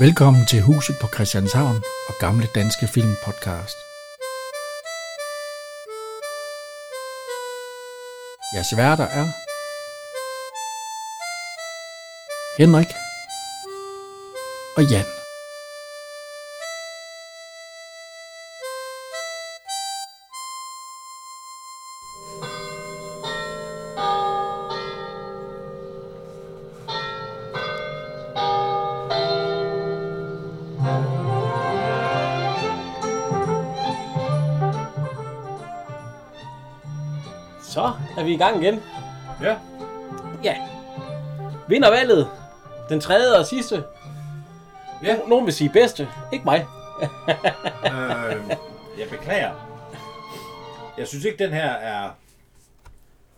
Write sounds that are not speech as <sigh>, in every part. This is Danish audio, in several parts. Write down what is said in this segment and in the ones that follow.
Velkommen til Huset på Christianshavn og Gamle Danske Film Podcast. Jeres værter er Henrik og Jan. Så er vi i gang igen. Ja, Ja. Vinder valget. Den tredje og sidste. ja. Nogen vil sige bedste. Ikke mig. Øh, jeg beklager. Jeg synes ikke, den her er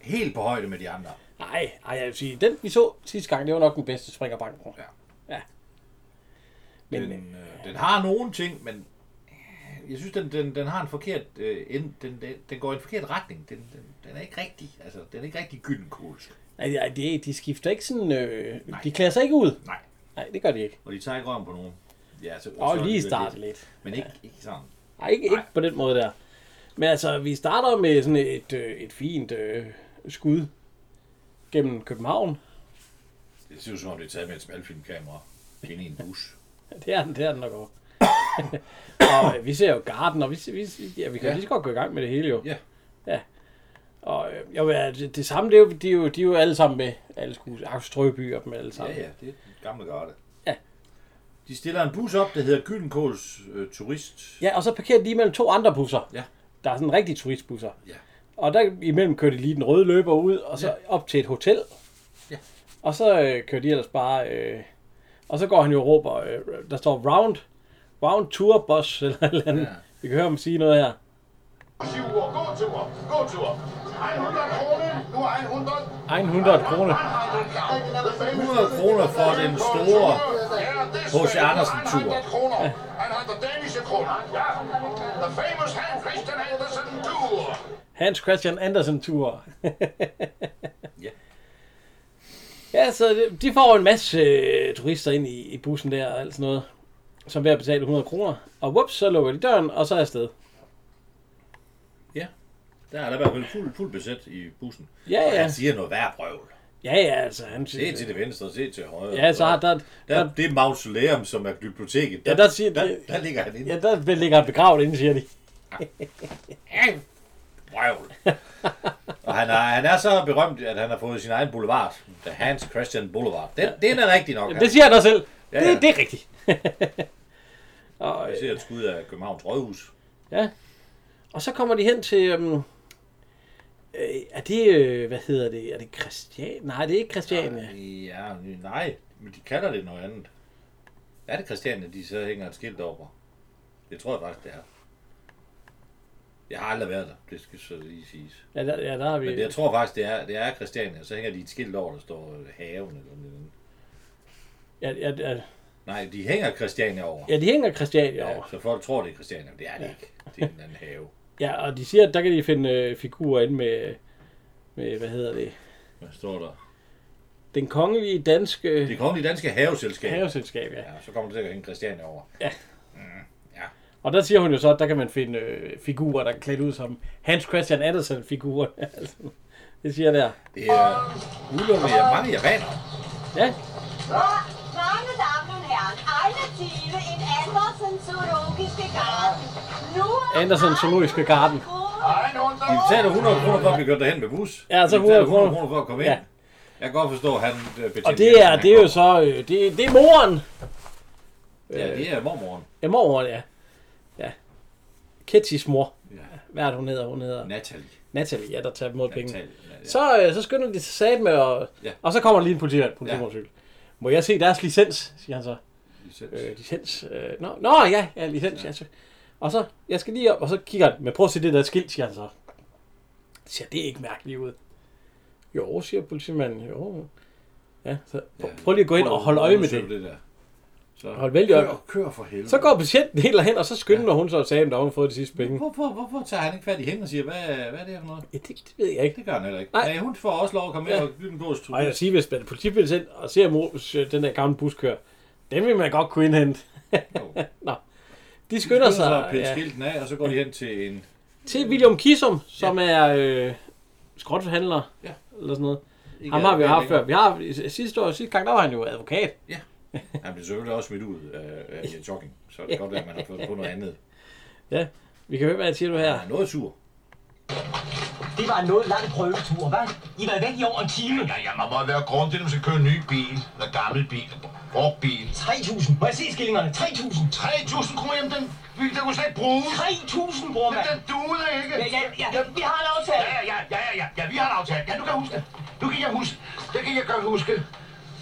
helt på højde med de andre. Nej, ej, jeg vil sige, den vi så sidste gang, det var nok den bedste springerbank. tror jeg. Ja. Men, øh, Den, øh, den har nogle ting, men jeg synes, den, den, den har en forkert... Øh, ind, den, den, den går i en forkert retning. Den, den, den er ikke rigtig... Altså, den er ikke rigtig gyldenkolsk. ej, ej, de, de skifter ikke sådan... Øh, de klæder sig ikke ud. Nej. Nej, det gør de ikke. Og de tager ikke røven på nogen. Ja, så, Og så lige alligevel starte lidt. Men ikke, ikke sådan. Nej, ikke, ikke på den måde der. Men altså, vi starter med sådan et, øh, et fint øh, skud gennem København. Det ser ud som om, det er taget med et smalfilmkamera inde i en bus. Det er den, det er den, der går. <laughs> og øh, vi ser jo Garden, og vi, vi, ja, vi kan ja. Ja. lige så godt gå i gang med det hele jo. Ja. ja. Og øh, jo, ja, det, det samme, det er jo, de, er jo, de er jo alle sammen med. Alle skuespillere. Axel Strøby og dem alle sammen. Ja, ja, det er den gamle garde. Ja. De stiller en bus op, der hedder Gyldenkåls øh, Turist. ja, og så parkerer de lige mellem to andre busser. Ja. Der er sådan rigtige turistbusser. Ja. Og der imellem kører de lige den røde løber ud, og så ja. op til et hotel. Ja. Og så øh, kører de ellers bare... Øh, og så går han jo og råber, øh, der står round, round tour bus, <laughs> eller et eller andet. Ja. Ja. Vi kan høre ham sige noget her. Syv uger. Gåtur. Gåtur. 100 kroner. Nu er 100. 100 kroner. 100 100 kroner for den store H.C. Andersen-tur. 100 kroner. Han har den daniske kroner. Ja. The famous Hans Christian Andersen tour. Hans Christian Andersen tur. <laughs> Ja. Ja, så det- de får jo en masse øh, turister ind i, i bussen der og alt sådan noget, som ved at betale 100 kroner. Og whoops, så lukker de døren, og så er afsted. Ja. Der er der i hvert fald fuld, fuld besæt i bussen. Ja, Og ja. han siger noget værre brøvl. Ja, ja, altså. Han, Se til det venstre, se til højre. Ja, så har der... der, der der det er mausoleum, som er biblioteket. Der, Ja, der siger- der, det- der, ligger han inde. ja, der ligger han begravet inde, siger de. Ja. Brøvl. og han er, han er så berømt, at han har fået sin egen boulevard. The Hans Christian Boulevard. Den, den er rigtig nok. Det siger han også selv. Ja, Det, ja. det er rigtigt. han. Jeg ser et skud af Københavns Rådhus. Ja. Og så kommer de hen til... Øhm, øh, er det... Øh, hvad hedder det? Er det Christian? Nej, det er ikke Christiania. Ja, nej. Men de kalder det noget andet. Er det Christiania, de så hænger et skilt over? Det tror jeg faktisk, det er. Jeg har aldrig været der. Det skal så lige siges. Ja, der, ja, der har vi... Men jeg tror faktisk, det er, det er Christiania. Så hænger de et skilt over, der står øh, haven eller noget andet. Ja, ja, ja, Nej, de hænger Christiania over. ja, de hænger Christiania over. Ja, så folk tror, det er Christiania, men det er det ikke. Det er en anden have. Ja, og de siger, at der kan de finde øh, figurer ind med, med, hvad hedder det, Hvad står der? den kongelige danske Det kongelige danske haveselskab. haveselskab, ja. Ja, så kommer det til at hænge Christiania over. Og der siger hun jo så, at der kan man finde øh, figurer, der er klædt ud som Hans Christian Andersen-figurer. <laughs> Altså, det siger jeg der. Det er udelukkende ja, mange japanere. Ja, Meine Damen und Herren, alle Tiere in Andersen Zoologische Garten. Nur Andersen Zoologische Garten. 100 De betaler kroner. 100 kroner for at blive kørt derhen med bus. Ja, så De betaler 100 kroner. for at komme ind. Ja. Jeg kan godt forstå, at han øh, betjener og det er, han det er jo kommer. så, øh, det, det er moren. Ja, det er mormoren. Ja, moren, ja. Ja. Ketsys mor. Ja. Hvad er det, hun hedder? Hun hedder Natalie. Natalie, ja, der tager imod penge. Natalie. Ja. Så, øh, så skynder de sig sat med, og, ja. Ja. og så kommer der lige en politimand. politimotorcykel. Må jeg se deres licens, siger han så. Øh, Øh, licens? Øh, nå, nå, ja, ja, licens. Ja. Ja, så. Og så, jeg skal lige op, og så kigger han, men prøv at se det der skilt, siger han så. Ser det ikke mærkeligt ud? Jo, siger politimanden, jo. Ja, så prøv, prøv lige at gå ind og holde øje med det. det der. Så Hold vældig øje. Kør, kør for helvede. Så går patienten helt hen, og så skynder ja. hun så og sagde, at hun har fået de sidste penge. Hvorfor, hvorfor tager han ikke fat i hende og siger, hvad, hvad er det her for noget? Ja, det, det ved jeg ikke. Det gør han heller ikke. Nej. Nej, hun får også lov at komme ind Ja. og give den gås tur. Og jeg vil sige, hvis man er politibetjent og ser mor- den der øh, gamle buskør, Den vil man godt kunne indhente. Jo. <laughs> Nå. De skynder Så har sig pillet ja, skilten af, og så går de hen til en... til William Kisum, som er øh, skrotforhandler. Ja. Eller sådan noget. Ikke Ham har vi jo haft før. længere. Vi har, i- sidste år, sidste gang, der var han jo advokat. Han blev selvfølgelig også smidt ud af, af jogging, så det kan godt være, at man har fået på noget andet. Vi kan høre, hvad jeg siger nu her. Han er noget sur. Det var en noget lang prøvetur, hva'? I var væk i over en time. Ja, ja, man må være grund til, at man skal købe en ny bil. Eller gammel bil. Brugt bil. 3.000. Må jeg se skillingerne? 3.000. 3.000 kroner, jamen den bil, den kunne slet ikke bruges. 3.000, bror, mand. Den duede ikke. Ja, ja, ja, vi har en aftale. Ja, ja, ja, ja, ja, ja, vi har en aftale. Ja, du kan huske det. Du kan jeg huske. Det kan jeg godt huske.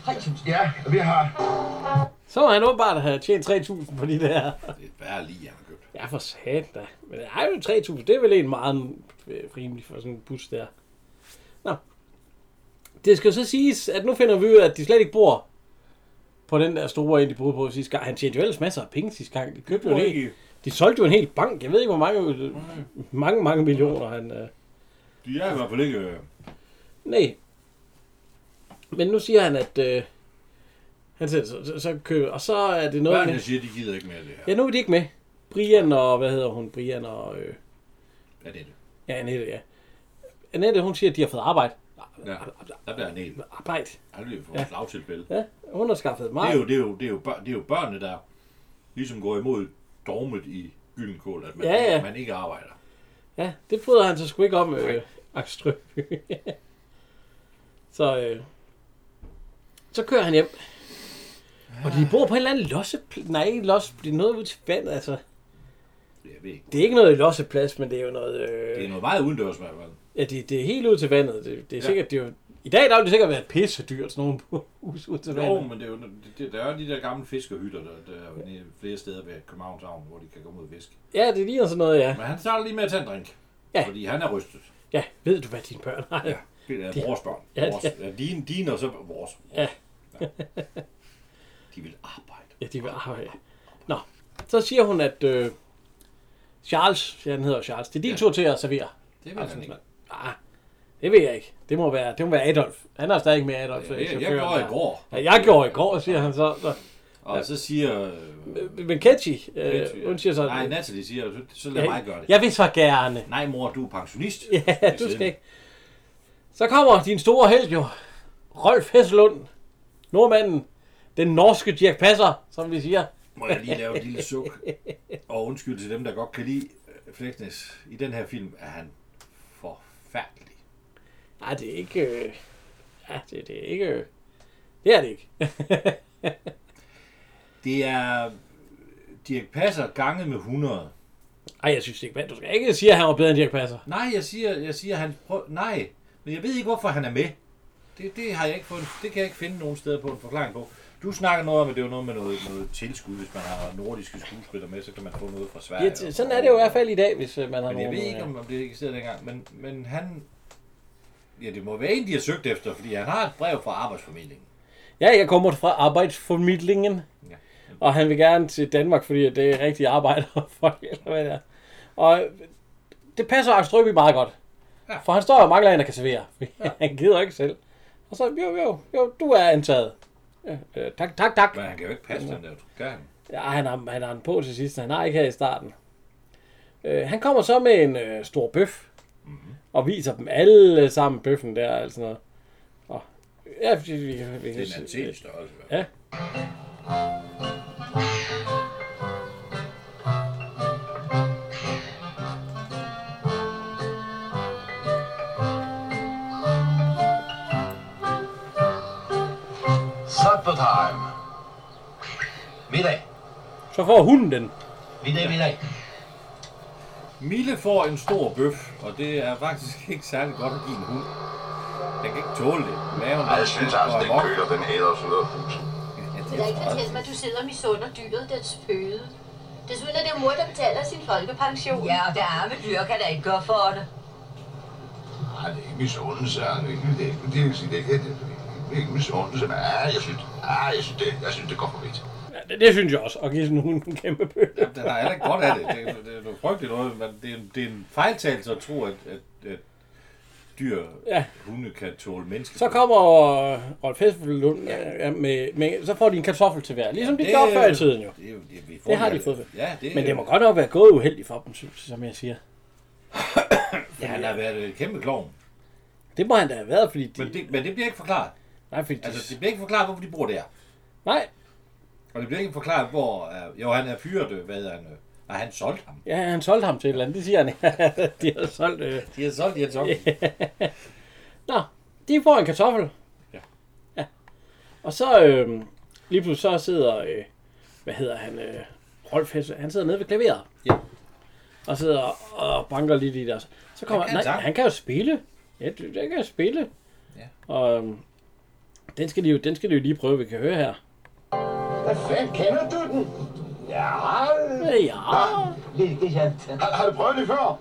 3.000. Ja, vi har. Så må han åbenbart have tjent 3.000 på de der. Det er værre lige, han har købt. Ja, for satan da. Men det er jo 3.000, det er vel en meget øh, rimelig for sådan en bus der. Nå. Det skal jo så siges, at nu finder vi ud af, at de slet ikke bor på den der store en, de boede på sidste gang. Han tjente jo ellers masser af penge sidste gang. De købte jo en hel, de solgte jo en hel bank. Jeg ved ikke, hvor mange, øh, mange, mange millioner han... Øh. De er i hvert fald ikke... øh, Nej. Men nu siger han, at... Øh, han siger, så, så, så køber... Og så er det noget med... Børnene siger, de gider ikke mere det her. Ja, nu er de ikke med. Brian og... Hvad hedder hun? Brian og... Øh, Ja, det er det. Ja, Annette, ja. Annette, hun siger, at de har fået arbejde. Ja, der bliver han helt... Arbejde. Han bliver for et lavtilfælde. Ja, hun har skaffet Det mig. er jo, det er jo, det er jo, børn, det er jo børnene, der ligesom går imod dogmet i gyldenkål, at man, Ja, ja. man ikke arbejder. Ja, det bryder han sig sgu ikke om, øh, Axel Strøby. <laughs> så, øh, så kører han hjem. Og de bor på en eller anden losseplads. Nej, ikke losse, det er noget ude til vandet, altså. Jeg ved ikke. Det er ikke noget losseplads, men det er jo noget... Øh, Det er noget meget udendørs i hvert fald. Ja, det, det er helt ud til vandet. Det, det er Ja. sikkert, det er jo... I dag der ville det sikkert være pisse dyrt, sådan nogle <laughs> hus ud til vandet. Jo, men det er jo, det- det, der er jo de der gamle fiskerhytter, der, der er jo nede flere steder ved Københavns Havn, hvor de kan komme ud og fiske. Ja, det ligner sådan noget, ja. Men han starter lige med at tage en drink, Ja. fordi han er rystet. Ja, ved du, hvad dine børn har? Ja. Det er vores børn. Ja, det- Vores, ja, din, din og så vores. Ja. Ja. De vil arbejde. Ja, de vil arbejde. Nå, så siger hun, at øh, Charles, ja, han hedder jo Charles, det er din ja. Ja. tur til at servere. Det vil han ikke. Ah, det ved jeg ikke. Det må være, det må være Adolf. Han er stadig med Adolf. Ja, øh, jeg, Altså, jeg chaufføren gjorde der. i går, Ja, jeg gjorde i går, siger han så. så. og så siger... øh, Men Ketchy, Ketchy, øh, ja. hun siger så... Nej, Natalie siger, så, så lad mig gøre det. Jeg vil så gerne. Nej, mor, du er pensionist. Ja, <laughs> du skal ikke. Så kommer din store held jo. Rolf Hesselund. Nordmanden. Den norske Dirk Passer, som vi siger. Må jeg lige lave et lille <laughs> suk? Og undskyld til dem, der godt kan lide øh, Flæknes. I den her film er han forfærdelig. Nej, det er ikke... Øh... Ja, det, det er ikke... Øh... Det er det ikke. Det er Dirk Passer gange med 100. Ej, jeg synes det ikke, men du skal ikke sige, at han var bedre end Dirk Passer. Nej, jeg siger, jeg siger han prøv, nej, men jeg ved ikke, hvorfor han er med. Det, det, har jeg ikke fundet, det kan jeg ikke finde nogen steder på en forklaring på. Du snakker noget om, at det er jo noget med noget, noget tilskud. Hvis man har nordiske skuespillere med, så kan man få noget fra Sverige. Ja, t- sådan er det jo i hvert fald i dag, hvis øh, man har Men jeg nogen... ved ikke, om om det ikke eksisterede dengang, men, men han... Ja, det må være en, de har søgt efter, fordi han har et brev fra arbejdsformidlingen. Ja, jeg kommer fra arbejdsformidlingen. Ja. Og han vil gerne til Danmark, fordi det er rigtige arbejder folk, <laughs> eller hvad det er. Og det passer Axel Strøby meget godt. Ja. For han står og mangler en, der kan servere. <laughs> Ja. han gider ikke selv. Og så, jo, jo, jo, du er antaget. Ja, øh, tak, tak, tak. Men han kan jo ikke passe den der, kan han? Ja, han har, han har den på til sidst. Han har ikke her i starten. Øh, han kommer så med en øh, stor bøf. Mhm. Og viser dem alle sammen bøffen der, eller sådan noget. Og, ja, vi, vi, vi, Det er en anseelig størrelse. Ja. Ja. Supper time. Middag. Så får hunden den. Middag, middag. Mille får en stor bøf, og det er faktisk <laughs> ikke særlig godt at give en hund. Den kan ikke tåle det. Maven Ej, jeg synes altså, den <laughs> køler, den æder sådan noget hus. Jeg kan fortælle mig, at du sidder med sund og dyret, dets føde. Desuden er det mor, der betaler sin folkepension. Ja, og det arme dyr kan da ikke gøre for det. Nej, det er ikke misundelse, Arne. Det er ikke, det vil sige, det er ikke, det er ikke misundelse, men ja, Ah, jeg synes, ja, jeg synes, det, jeg synes, det går for vidt. Ja, det, det synes jeg også, at give sådan en hund en kæmpe bøf. Den har heller ikke godt af det. Det, er- det er noget frygteligt noget, men det er, en- det er en fejltagelse at tro, at, at, at dyr, Ja. hunde kan tåle mennesker. Så kommer øh, Rolf Hesselund ja. med, med, så får de en kartoffel til hver. Ligesom de Det- gjorde før i tiden jo. Det, er jo, det, vi får Det har jo- de fået. Ja, det, Men det må godt nok være gået uheldigt for dem, synes jeg, som jeg siger. Ja, han har været en kæmpe klovn. Det må han da have været, fordi de... Men det, men det bliver ikke forklaret. nej, fordi de, Altså, det bliver ikke forklaret, hvorfor de bor der. nej, Og det bliver ikke forklaret, hvor... Uh, jo, han er fyret, øh, hvad hedder han? Øh, nej, han solgte ham. ja, han solgte ham til et eller andet. Det siger han. <laughs> de har solgt... Øh. De har solgt Jens Onkel. Nå, de får en kartoffel. Ja. ja. Og så øh, lige pludselig så sidder, øh, hvad hedder han, øh, Rolf Hesse, han sidder nede ved klaveret. Ja. Og sidder og banker lidt i det. og så- Så kommer, Han kan altså- han, nej, sang. han kan jo spille. Ja, det, det kan jo spille. Ja. Og øhm, den, skal de jo, den skal de jo lige prøve, vi kan høre her. Hvad fanden kender du den? Ja, Øh, Ja, Hvilke jante? har, har du prøvet det før?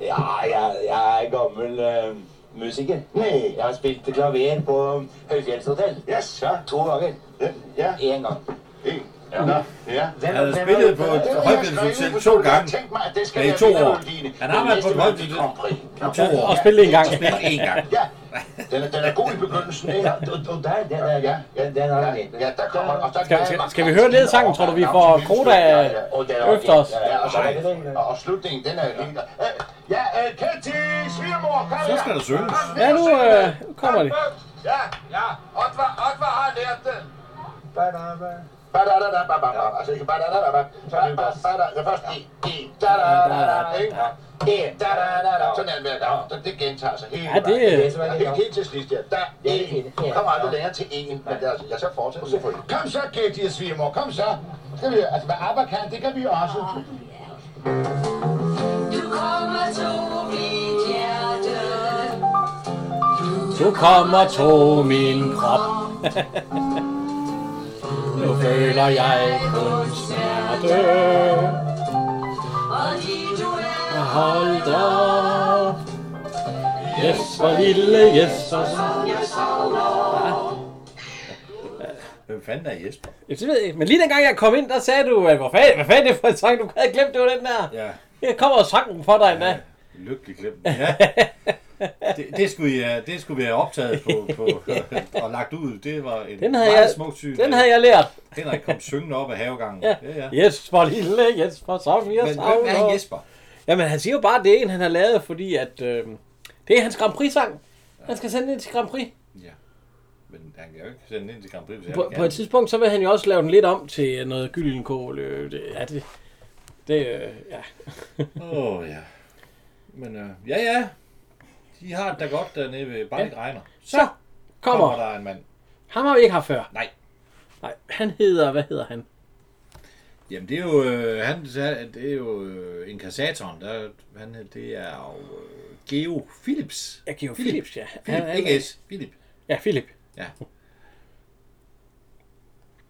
Ja, jeg, jeg er gammel øh, musiker. Nej. Jeg har spilt klaver på øh, Høyfjellshotell. Ja, så. To ganger. Ja, ja. Én gang. En. Nå, ja. Hvem, Han har hvem- spillet på et Det var jeg skrev højbindshotel ud to på skolen. gange. Jeg tænkte mig, at det skal Ja, i være to mere år. Melodien. Han har Den været på næste et højt Melodi niveau. Grand Prix. I to år. og spille en gang. Spillet én gang. Ja, den er, den er god i begyndelsen, ikke? Ja, og, og der, der, der, Ja, ja, den har jeg Ja, der kommer... Og der Skal, skal, skal vi høre ledsangen, tror du, vi får Koda efter os? Ja, og, så, Nej, det er ikke det. og slutningen, den er helt... Øh, Ja, øh, Ketty, svigermor, kom Så her. skal der synges. Kom Ja, nu, og syng med. øh, nu kommer de. Ja, ja, Otvar, Otvar har lært det. Ba-da-ba. Badadadabababa. Altså, ikke badadadababa. Badadadababa. Så først i, i, dadadadada, ikke? I, dadadadada. Sådan er det med, at det- det gentager sig hele Ja, det, vejen. øh, Det var Ja, det helt, helt til sidst, ja. Der er en. Kom aldrig længere til en. Men det er, altså, jeg så fortsætter selvfølgelig. Kom så, Katie og svigermor. Kom så. Skal vi, altså, hvad Abba kan, det kan vi også. Du kommer tog mit hjerte. Du kommer to min krop, <laughs> nu føler jeg kun smerte. Og de du er, Hold op. Yes, hvor lille, yes, hvor som jeg savner. <laughs> Hvem fanden er Jesper? Jeg ved jeg ikke, men lige dengang jeg kom ind, der sagde du, at hvor fanden, hvad fanden er det for en sang, du havde glemt, det var den der. Ja. Jeg kommer og sang den for dig endda. Lykkelig klem. Ja. Det, det, skulle, ja, det skulle vi have optaget på, <laughs> på <laughs> og lagt ud. Det var en Den havde meget jeg, smuk syn. øh, den havde jeg lært. Henrik kom syngende op af havegangen. Ja. ja. ja. Yes, hvor lille, yes, hvor savn, Men jeg hvem savner. er Jesper? Jamen, han siger jo bare, at det er en, han har lavet, fordi at, øh, det er hans Grand Prix-sang. Han skal sende den til Grand Prix. Ja. Men han kan jo ikke sende den ind til Grand Prix, hvis På, han på et tidspunkt, så vil han jo også lave den lidt om til noget gyldenkål. Øh, det, ja, det, det, øh, ja. <laughs> Åh, oh, ja. Men øh, ja, ja. De har det da godt dernede ved bare ikke regner. Så kommer, Kommer der en mand. Ham har vi ikke haft før. Nej. Nej, han hedder, hvad hedder han? Jamen, det er jo, øh, han, det er jo øh, inkassatoren. Der, han, det er jo øh, Geo Philips. Ja, Geo Philips, ja. Philip, Han- han- ikke S. Philip. Ja, Philip. Ja.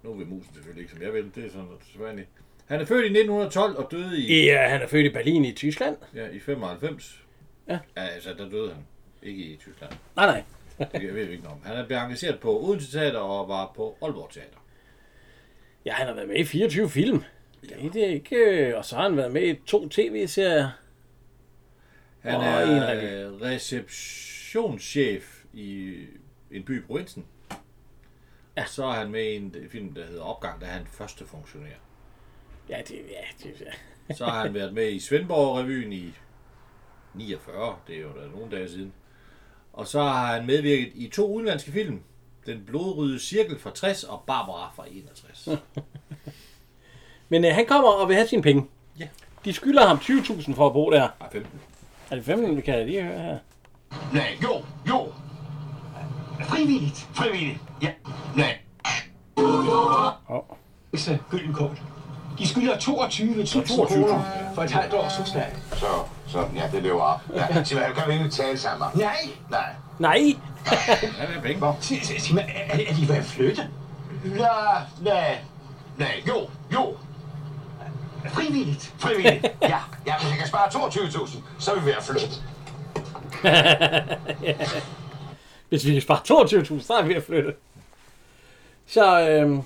Nu vil musen selvfølgelig ikke, som jeg vil. Det er sådan noget svært. Han er født i 1912 og døde i, Ja, han er født i Berlin i Tyskland. ja, i 95. Ja. ja. altså, der døde han. Ikke i Tyskland. Nej, nej. Det jeg ved vi ikke noget om. Han er blevet engageret på Odense Teater og var på Aalborg Teater. Ja, han har været med i 24 film. Ja. Det er ikke... øh, Og så har han været med i to tv-serier. Han Og er en rigtig- øh, receptionschef i en by i provinsen. Ja. Så er han med i en øh, film, der hedder Opgang, der er han første funktionær. Ja, det, ja, det, ja. Så har han været med i Svendborg-revyen i 49, det er jo da nogle dage siden. Og så har han medvirket i to udenlandske film. Den blodrøde cirkel fra 60 og Barbara fra 61. Men øh, han kommer og vil have sine penge. Ja. De skylder ham 20.000 for at bo der. Ej, 15. Er det 15, vi kan jeg lige høre her? Nej, jo, jo. Frivilligt. Frivilligt. Ja. Nej. Så Gyldenkål. De skylder 22.000 kroner for et halvt års husleje. Så, sådan, ja, det løber op. Ja. Sig mig, kan vi ikke tale sammen? Nej. Nej. Nej! Han er penge. Sig- sig- sig mig, er- er- Er de ved at flytte? Nej, nej. Nej, jo, jo. Frivilligt. <laughs> Frivilligt. Ja, ja, hvis jeg kan spare 22.000, så er vi ved at flytte. Hvis vi kan spare 22.000, så er vi at flytte. Så, øhm,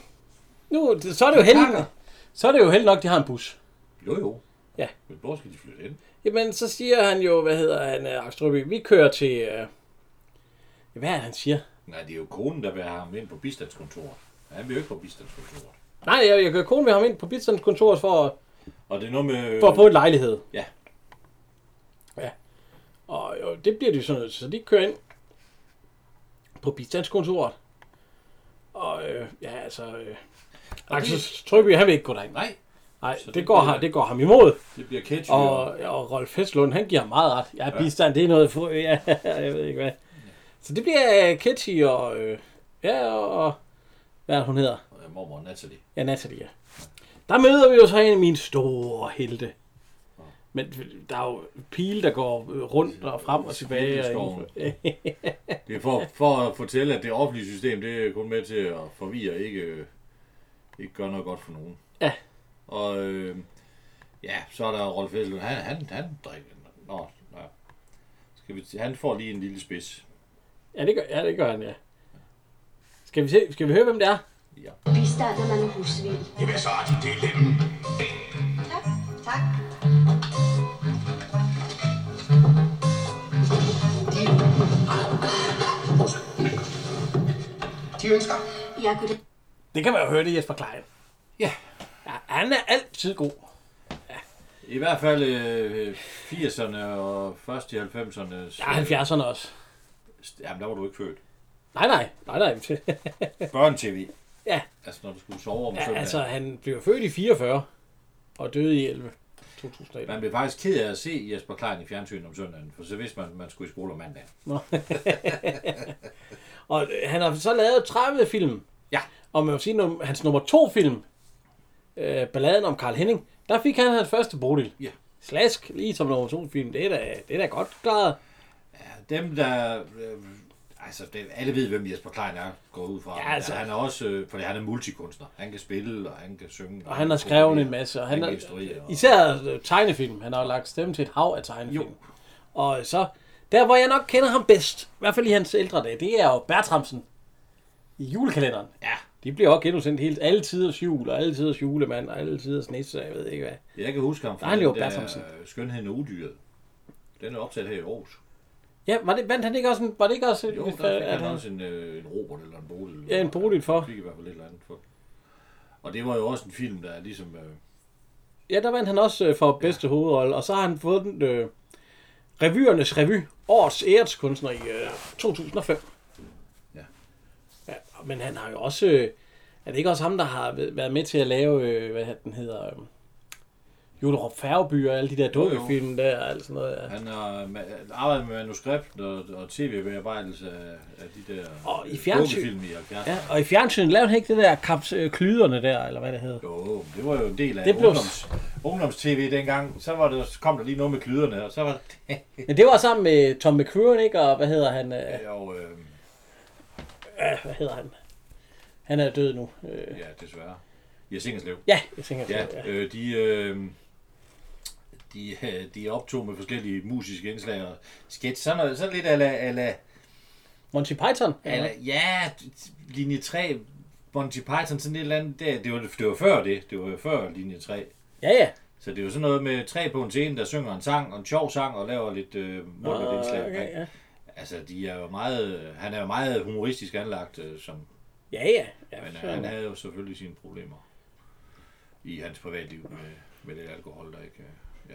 nu, så er det jo heldigt. Så er det jo heldigt nok, de har en bus. Jo, jo. Ja. Men hvor skal de flytte hen? Jamen, så siger han jo, hvad hedder han, øh, Akstrup, vi kører til, øh, Hvad er det, han siger? Nej, det er jo konen, der vil have ham ind på bistandskontoret. Han vil jo ikke på bistandskontoret. Nej, jeg, jeg gør kone med ham ind på bistandskontoret for, at- Og det er noget med... for at få en lejlighed. Ja. Ja. Og jo, det bliver de sådan noget. Så de kører ind på bistandskontoret. Og øh, ja, altså... Øh, Axel Trøby, han vil ikke gå derind. Nej, Nej, så det, det det, går, bliver- ham- det går ham imod. det bliver ketchup. Og, og Rolf Hestlund, han giver ham meget ret. Ja, bistand, det er noget... For, ja, <laughs> jeg ved ikke hvad. Så det bliver øh, Ketty og... Øh, ja, og... Hvad er det, hun hedder? og mormor Natalie. Ja, Natalia. Der møder vi jo så en af mine store helte. Men der er jo pile, der går rundt og frem og tilbage. Og Det er for, for at fortælle, at det offentlige system, det er kun med til at forvirre, ikke, øh, ikke gør noget godt for nogen. Ja. Og øh, ja, så er der Rolf Hesselund. Han, han, han drikker. Nå, nå. Skal vi, t- han får lige en lille spids. ja, det gør, ja, det gør han, ja. Skal vi, se, skal vi høre, hvem det er? Bistand er man husvild. Jamen så er de det dem. Tak. Tak. De ønsker. Jeg kunne da Det kan man jo høre, det er Jesper Klein. Ja. ja han er altid god. I hvert fald øh, 80'erne og først i 90'erne. Ja, 70'erne også. Jamen, der var du ikke født. Nej, nej. Nej, <laughs> nej. Børn-tv. Ja. Altså, når du skulle sove om ja, søndagen. altså, han blev født i 44 og døde i 11. 2011. Man blev faktisk ked af at se Jesper Klein i fjernsynet om søndagen, for så vidste man, at man skulle i skole om mandagen. <laughs> Og øh, han har så lavet 30 film. Ja. Og man vil sige, num- hans nummer to film, øh, Balladen om Karl Henning, der fik han hans første Bodil. Ja. Slask, lige som nummer to film. Det er da, det er da godt klaret. Dem, der... Øh, altså, det, alle ved, hvem Jesper Klein er, går ud fra. Ja, altså. Han er også... Øh, fordi han er multikunstner. Han kan spille, og han kan synge. Og han har skrevet en masse. Og Han han kan har, instruere, og- især øh, tegnefilm. Han har jo lagt stemme til et hav af tegnefilm. Jo. Og så, der hvor jeg nok kender ham bedst, i hvert fald i hans ældre dage, det er jo Bertramsen i julekalenderen. Ja. De bliver også genudsendt hele, alle tiders jul, og alle tiders julemand, og alle tiders nisse, og jeg ved ikke hvad. Jeg kan huske ham fra Nej, han er jo den der, Bertramsen. øh, Skønheden og Udyret. Den er optaget her i Aarhus. Ja, var det, vandt han ikke også en, var det ikke også Jo, en, der fik at han han, også en, øh, en Robert eller en Bodil. Ja, en Bodil for. Han fik i hvert fald et eller andet for. Og det var jo også en film, der er ligesom... Øh, ja, der vandt han også øh, for bedste hovedrolle, og så har han fået den øh, revyernes revy, årets æreskunstner i øh, 2005. Ja. ja. Men han har jo også, øh, er det ikke også ham, der har væ- været med til at lave, øh, hvad den hedder, øh, Julerup Færgeby og alle de der Jo, jo. dukkefilm der og alt sådan noget. Ja. Han har ma- arbejdet med manuskript og, og tv-bearbejdelse af, af de der Og i øh, fjernsyn. dukkefilm i 70'erne. ja. og i fjernsynet lavede han ikke det der kaps, øh, klyderne der, eller hvad det hedder. Jo, det var jo en del af Det det blev... blev- ungdoms, ungdoms-tv dengang. Så var det, så kom der lige noget med klyderne, og så var det Men det var sammen med Tom McCrewan, ikke? Og hvad hedder han? Øh, jo, øh, hvad hedder han? Han er død nu. Øh, ja, desværre. Jeg Ingerslev. Ja, jeg tænker på det. Ja, Ja. øh, de, øh, de, øh, de optog med forskellige musiske indslag og sketch. Sådan, noget, sådan lidt ala, ala, Monty Python? ala, ja, linje 3, Monty Python, sådan et eller andet. Der. Det, var, det var før det. Det var jo før linje 3. Ja, ja. Så det er jo sådan noget med tre på en scene, der synger en sang, og en sjov sang, og laver lidt øh, mundret indslag. Okay, omkring. ja. Altså, de er jo meget, han er jo meget humoristisk anlagt, øh, som, Ja, ja. ja øh, men for- han havde jo selvfølgelig sine problemer i hans privatliv med, med det alkohol, der ikke... øh,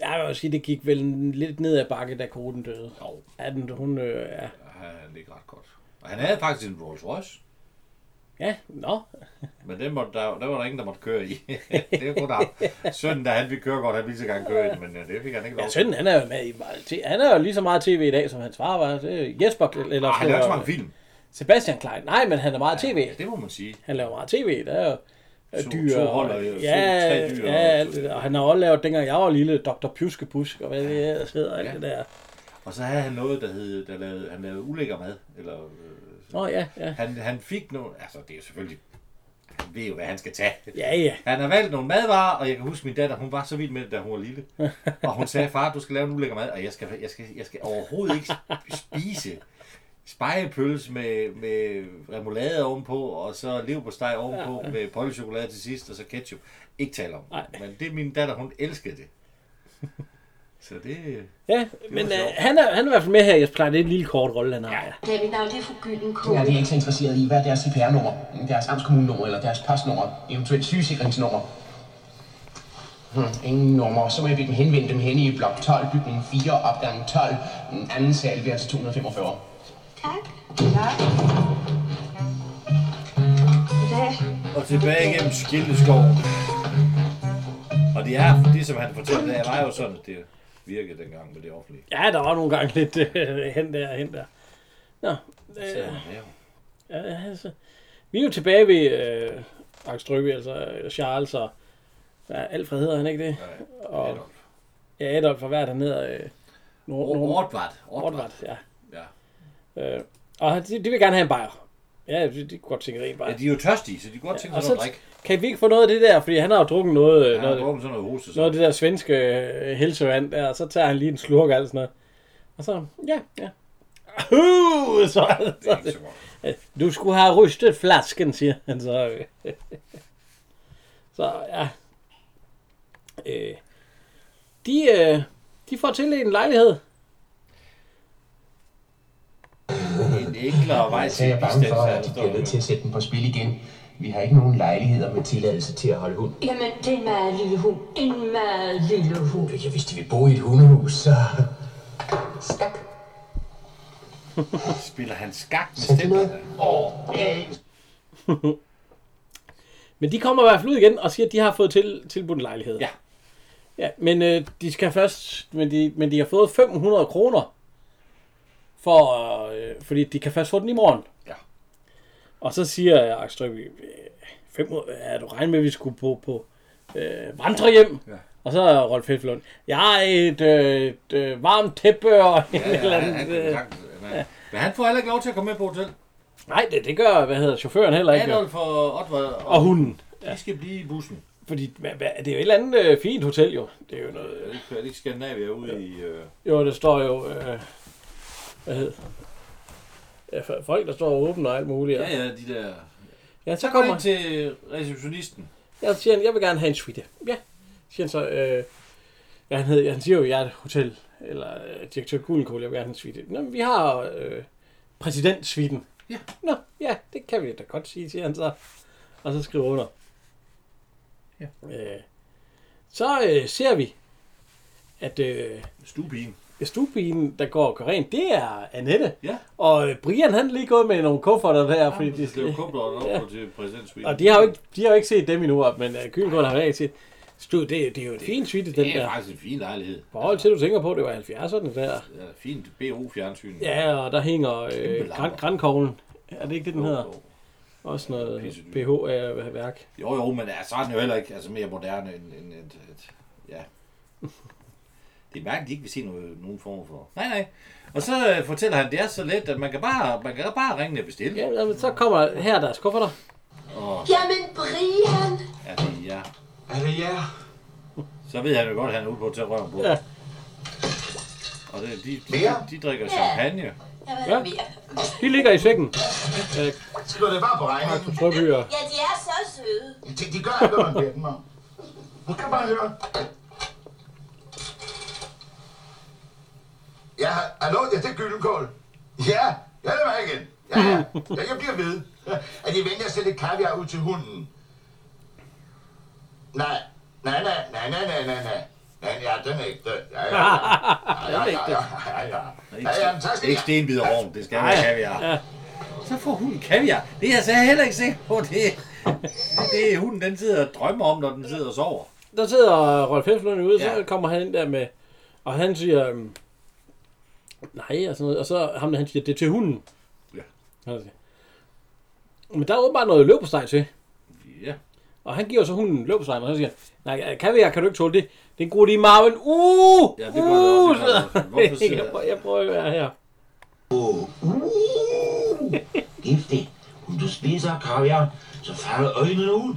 Ja. Jeg vil også sige, det gik vel en- lidt ned ad bakke, da koden døde. Jo, Ja, den, hun, øh, ja. han er ikke ret godt. Og han havde faktisk en Rolls Royce, ja, nå. men den måtte, der, der var der ingen, der måtte køre i. <laughs> det er kun ham. Sønnen, da han ville køre godt, han ville så gerne køre i den, men øh, det fik han ikke lov Ja, til. sønnen, han er jo med i meget t- Han er jo lige så meget tv i dag, som hans far var. Det er Jesper, eller Ah, han lavede ikke så mange film. Sebastian Klein. Nej, men han er meget tv. Ja, det må man sige. Han laver meget tv, der er jo er To- dyr. to og- holder, ja, to- ja, tre dyr ja, og- alt det der. og han har også lavet, dengang jeg var lille, Dr. Pjuskepusk, og hvad det ellers hedder, og alt Ja. det der. Og så havde han noget, der hed, der lavede, han lavede ulækker mad, eller øh, Nå, ja, ja. Han, han fik nogle... Altså, det er jo selvfølgelig... Han ved jo, hvad han skal tage. Ja, ja. Han har valgt nogle madvarer, og jeg kan huske min datter, hun var så vild med det, da hun var <laughs> lille. Og hun sagde, far, du skal lave en ulækker mad, og jeg skal, jeg skal, jeg skal overhovedet ikke spise spejepølse med, med remoulade ovenpå, og så leverpostej ovenpå med pollechokolade til sidst, og så ketchup. Ikke tale om. Nej. Men det min datter, hun elskede det. Så det... Ja, men øh, han, er, han er i hvert fald med her, jeg plejer. Det er en lille kort rolle, han har. Ja. Da mit navn det er fru Gyldenkål. Ja, vi er ikke så interesseret i, hvad er deres CPR-nummer, deres amtskommunenummer eller deres postnummer, eventuelt sygesikringsnummer. Hmm, ingen nummer. Så må jeg bede dem henvende dem hen i blok 12, bygning 4, opgang 12, mm, anden sal, værelse 245. Tak. Tak. Goddag. Og tilbage igennem Skildeskoven. Og det er, det som han fortalte, det var jo sådan, at det virkede dengang med det offentlige. ja, der var nogle gange lidt øh, hen der og hen der. Nå, øh, Ja. ja, altså. Vi er jo tilbage ved øh, Max Drøby, altså øh, Charles og... Hvad, Alfred hedder han ikke det? Og, Adolf. ja, Adolf og hvad der nede øh, Nord, Nord, Ortvart. Ortvart. Nordvart, ja. Ja. Øh, og han- de, de vil gerne have en bajer. Ja, de, de kunne godt tænke sig en bajer. Ja, de er jo tørstige, så de kunne godt tænke og sig noget så- drik. Kan vi ikke få noget af det der? Fordi han har jo drukket noget, ja, Han har noget, drukket sådan noget hoste. noget af det der svenske øh, helsevand der, og så tager han lige en slurk og alt sådan noget. Og så, ja, ja. Uh, så, Det er så, ikke så godt. du skulle have rystet flasken, siger han så. øh. så, ja. Øh, de, øh, de får tildelt en lejlighed. En enklere vej Så til er jeg bange for, at de bliver nødt til bistand. at sætte den på spil igen. Vi har ikke nogen lejligheder med tilladelse til at holde hund. Jamen, det er en meget lille hund. En meget lille hund. Ja, hvis de vil bo i et hundehus, så... Skak. Spiller han skak med Sæt det noget. stemmerne? Åh, ja. Men de kommer i hvert fald ud igen og siger, at de har fået til, tilbudt en lejlighed. Ja. ja men øh, de skal først, men de, men de har fået 500 kroner, for, øh, fordi de kan først få den i morgen. Ja. Og så siger Axel Strøby, 500, er du regnet med, at vi skulle på, på øh, vandrehjem? Ja. Og så er Rolf Heflund, jeg har et, øh, et øh, varmt tæppe og en Ja, eller ja, anden... han, han, øh, han, han, men han får heller ikke lov til at komme med på hotel. nej, det, det gør, hvad hedder chaufføren heller ikke. Adolf og Otvar Og hunden. de skal blive i bussen. Fordi hvad, hvad, det er jo et eller andet øh, fint hotel jo. Det er jo noget, Er det ikke- Er det ikke Skandinavia ude i... Øh, Jo, det står jo... Øh, hvad hed? Ja, f- folk, der står og åbner og alt muligt. ja, ja, de der... ja så Så kommer kommer ind han. til receptionisten. Jeg siger, han, jeg vil gerne have en suite. Ja, siger han så. Øh, ja, han, hed, han siger jo, jeg er et hotel. Eller øh, direktør Gullenkål, jeg vil gerne have en suite. Nå, men vi har øh, præsidentsuiten. Ja. Nå, ja, det kan vi da godt sige, siger han så. Og så skriver under. Ja. Øh, så øh, ser vi, at øh, Stuepigen. stuebilen, der går og gør rent, det er Annette. Ja. Og øh, Brian, han er lige gået med nogle kufferter der, fordi Fordi de skal jo de, kobler og over til præsidentsuiten. og de har jo ikke, de har jo ikke set dem endnu, men uh, Kylenkål har rigtig set, Stu, det, det er jo et fint suite, den Det er der. faktisk en fin lejlighed. Forhold til, du tænker på, det var 70'erne der. Ja, fint BO-fjernsyn. Ja, og der hænger øh, lammer. gran, grankoglen. Er det ikke det, den hedder? Også noget øh, Pissedyr. PH-værk. Jo, jo, men ja, så er den jo heller ikke altså, mere moderne end... end, end, end <laughs> ja. Det er mærkeligt, de ikke vil se noget, nogen form for... Nej, nej. Og så øh, fortæller han, det er så let, at man kan bare, man kan bare ringe og bestille. Ja, men så kommer her er deres kufferter. Jamen, Brian. Ja, det- ja. Er det jer? Så ved han jo godt, at han er ude på at tage røven på. Ja. Og det, de, de, Mere? de, drikker champagne. Jeg vil Ja. have mere. De ligger i sækken. Skriv det bare på regningen. Rødbyer. Ja, de er så søde. De, de gør ikke, hvad man beder dem om. Hun kan bare høre. Ja, hallo, ja, det er Gyldenkål. Ja, ja, det var jeg igen. Ja, ja, ja, jeg bliver ved. Er de venlige at sætte lidt kaviar ud til hunden? Nej, nej, nej, nej, nej, nej, nej, nej. Nej, ja, den er ægte. Ja, ja, ja. Ja, ja, ja, ja, ja, ja. Ja, ja, men Det tak er skal I ikke have. stenbider oven, det skal være kaviar. Ja. Så får hunden kaviar. Det er jeg så heller ikke sikker på, det er, det er hunden, den sidder og drømmer om, når den sidder og sover. der sidder Rolf Heflund ude, ja. Ja. så kommer han ind der med, og han siger, øhm, nej, og sådan noget, og så ham der, han siger, det er til hunden. Ja. Han siger, Men der er åbenbart noget løbesteg til, Ja. og han giver så hunden løbesteg, og så siger han, nej, kan vi, jeg kan du ikke tåle det? Det er en god i maven. Uh! Ja, det gør det også, det gør det også. sidder- Hvorfor sidder- <laughs> jeg, prøver, jeg prøver at være her. Giftigt. Om du spiser kaviar, så falder øjnene ud.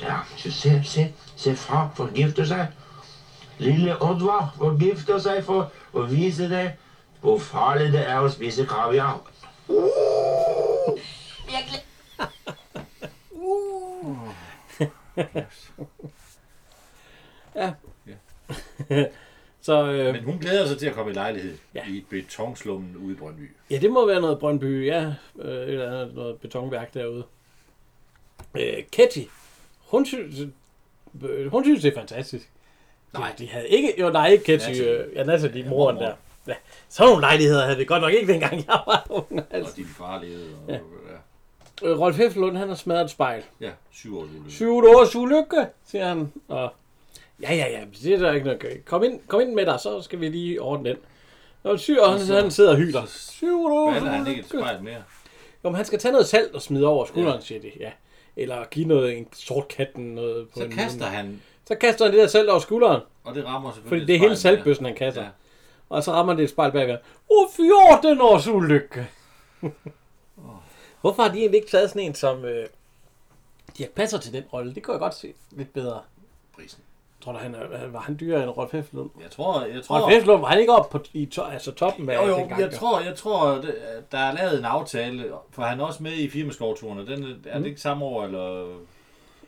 Ja, så se, se, se fra, forgifter sig. Lille Odvar forgifter sig for at vise dig, hvor farligt det er at spise kaviar. Vi har glemt Ja. Så øh, Men hun glæder sig til at komme i lejlighed Ja. ja. i betonslummen ude i Brøndby. ja, det må være noget Brøndby, ja. Øh, et eller andet, noget betonværk derude. Øh, Ketty, hun synes, øh, hun synes, det er fantastisk. Nej, de havde ikke... Jo, nej, ikke Ketty. Natalie. Øh, ja, Natalie, ja, Ja, moren mormor. der. Ja, sådan nogle lejligheder havde vi godt nok ikke, dengang jeg var ung. Altså. Og din far levede. Og, ja. ja. Øh, Rolf Heffelund, han har smadret et spejl. ja, syv års ulykke. Syv års ulykke, siger han. Og, ja, ja, ja, det er der ikke noget. at gøre. Kom ind, kom ind med dig, så skal vi lige ordne den. Og syg, og han, han sidder og hyler. Syv års Hvad er der, han ikke et ulykke. spejl mere? Jo, men han skal tage noget salt og smide over skulderen, ja. siger de. Ja. Eller give noget, en sort katten noget på Så en kaster han, Så kaster han det der salt over skulderen. og det rammer Fordi selvfølgelig det er hele et spejl mere. saltbøssen, han kaster. Ja. Ja. Og så rammer det et spejl bagved. Åh, 14 års <laughs> ulykke! Hvorfor har de egentlig ikke taget sådan en, som øh, de passer til den rolle? Det kunne jeg godt se lidt bedre. Prisen. Tror du, han, er- han var han dyrere end Rolf Heffelund? Jeg tror, jeg tror, Rolf Heffelund var han ikke oppe på i to, altså toppen af jo, jo, dengang, jeg tror, jeg tror, at, øh, der er lavet en aftale, for han er også med i firmaskovturen, og den er- er det ikke samme år, eller...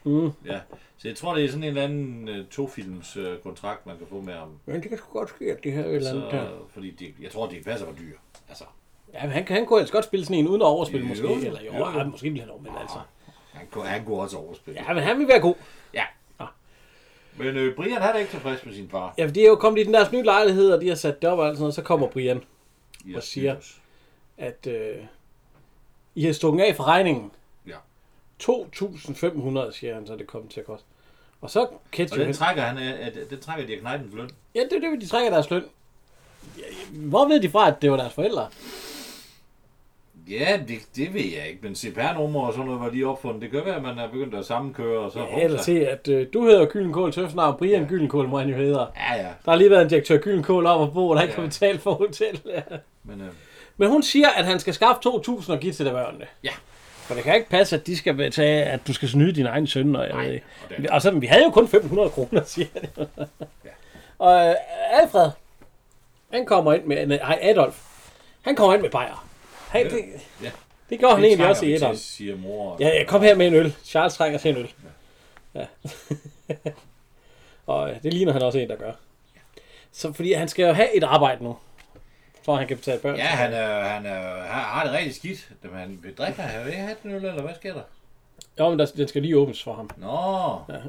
Mm. Ja, så jeg tror, det er sådan en eller anden uh, tofilms uh, kontrakt, man kan få med ham. Men det kan sgu godt ske, at det her et eller andet der. Så, fordi det, jeg tror, det passer var dyr. Altså, Ja, men han, han kunne altså godt spille sådan en uden at overspille, Jo, måske. Eller jo, jo. ja, måske ville han overspille, altså. han kunne, han kunne også overspille. Ja, Ah. men han vil være god. Men øh, Brian han er ikke tilfreds med sin far. Ja, for de er jo kommet i den deres nye lejlighed, og de har sat det op og alt sådan noget. Så kommer Brian. Ja, og siger- at øh, I har stukket af for regningen. Ja. 2.500, siger han, så det kom til at koste. Og så Og Ketchup, den han, trækker, han, øh, at, den trækker Dirk Kneidens løn. ja, det er det, de trækker deres løn. Ja, ja, Hvor ved de fra, at det var deres forældre? Ja, det, det ved jeg ikke, men CPR-nummer og sådan noget var lige opfundet. Det kan være, at man er begyndt at sammenkøre, og så... Ja, eller se, at øh, du hedder Gyllenkål Tøfsnavn, Brian ja. Gyllenkål må han jo hedder. Ja, ja, Der har lige været en direktør Gyllenkål op og bo, der ikke ja. har Ja. betalt for hotel. Ja. men... Øh, Men hun siger, at han skal skaffe 2.000 og give til de børnene. Ja. For det kan ikke passe, at de skal betale, at du skal snyde din egen søn, og jeg Nej, ved ikke. og det- Og så, vi havde jo kun 500 kroner, <laughs> siger han. Og øh, Alfred, han kommer ind med, nej, Adolf, han kommer ind med bajer. Han, det, Ja. det gjorde han det egentlig trænger også i vi til, etteren. siger mor. Ja, jeg kom her med en øl. Charles trænger til en øl. Ja. <laughs> og øh, det ligner han også en, der gør. Så fordi han skal jo have et arbejde nu, for at han kan betale børn. Ja, han, er, han, er, han har det rigtig skidt. Men han vil drikke, han vil ikke have den øl, eller hvad sker der? Jo, men der, den skal lige åbnes for ham. Nå. Ja.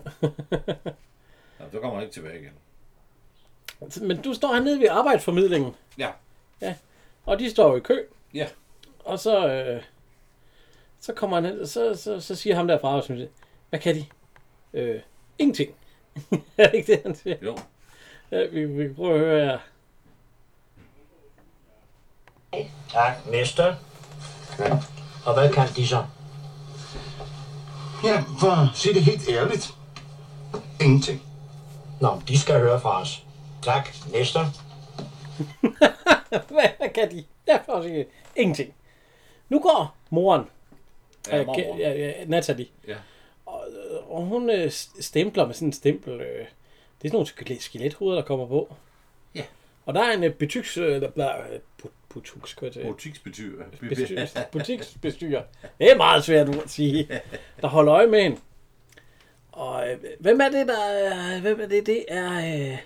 Nå, så kommer han ikke tilbage igen. Men du står hernede ved arbejdsformidlingen, Ja. og de står jo i kø. Ja. Og så, øh, så kommer han hen, og så, så, så siger ham der fra arbejdsformidlingen, hvad kan de? Øh, ingenting. <laughs> er det ikke det, han siger? Jo. Ja, vi, vi kan prøve at høre her. <laughs> Tak, næste. Og hvad kan de så? Ja, for at sige det helt ærligt. Ingenting. Nå, de skal høre fra os. Tak, næste. Hvad kan de? Ja, for at sige det. ingenting. Nu går moren, Ja, øh, mormor. Ke- ja, ja, Natalie, Ja. og, øh, og hun øh, st- stempler med sådan en stempel. Øh, det er sådan nogle skele- skelethoveder, der kommer på. Ja. Og der er en øh, butyks... Øh, der, der, øh, bu- butyks, skulle jeg til- Butiksbetyr. <laughs> bestyrer, butiksbestyrer. Det er meget svært ord at sige. Der holder øje med hende. Og øh, hvem er det, der... Øh, hvem er det, det er... Øh,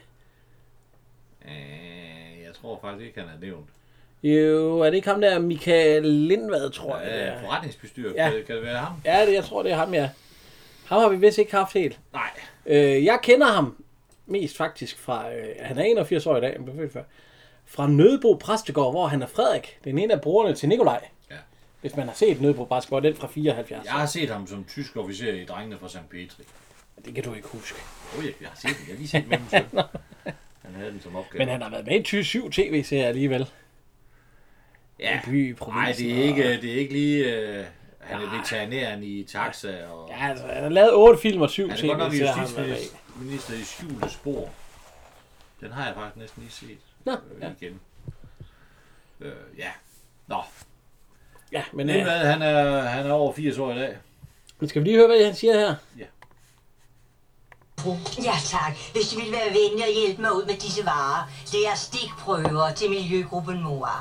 Øh, jeg tror faktisk ikke, han er nævnt. jo, er det ikke ham der, Michael Lindvad, tror jeg, det Ja, er. forretningsbestyr. Ja. Ja. Kan, kan det være ham? Ja, det, jeg tror, det er ham, ja. Ham har vi vist ikke haft helt. Nej. Øh, jeg kender ham mest faktisk fra... Øh, han er 81 år i dag, men blev født før. Fra Nødebo Præstegård, hvor han er Frederik. Den ene af brorerne til Nikolaj. Ja. Hvis man har set Nødebo Præstegård, den fra 74. Jeg har set ham som tysk officer i Drengene fra St. Petri. Det kan du ikke huske. Oh, jeg, jeg har set den. Jeg har lige set <laughs> den med ham selv. Han havde den som opgave. Men han har været med i 27 tv-serier alligevel. ja. By i Nej, provinsen. det er ikke, det er ikke lige... Øh, han er veterinæren i taxa. Og, og- Ja, altså, han har lavet 8 film og 7 Han er godt nok tv-serier. har han været med i. justitsminister i skjulte spor. Den har jeg faktisk næsten lige set Nå, øh, ja. igen. Øh, ja. Nå, ja, men men øh, hvad, han, er, han er over 80 år i dag. men skal vi lige høre, hvad han siger her? Ja tak. Hvis du vil være venlig og hjælpe mig ud med disse varer. Det er stikprøver til Miljøgruppen MOA.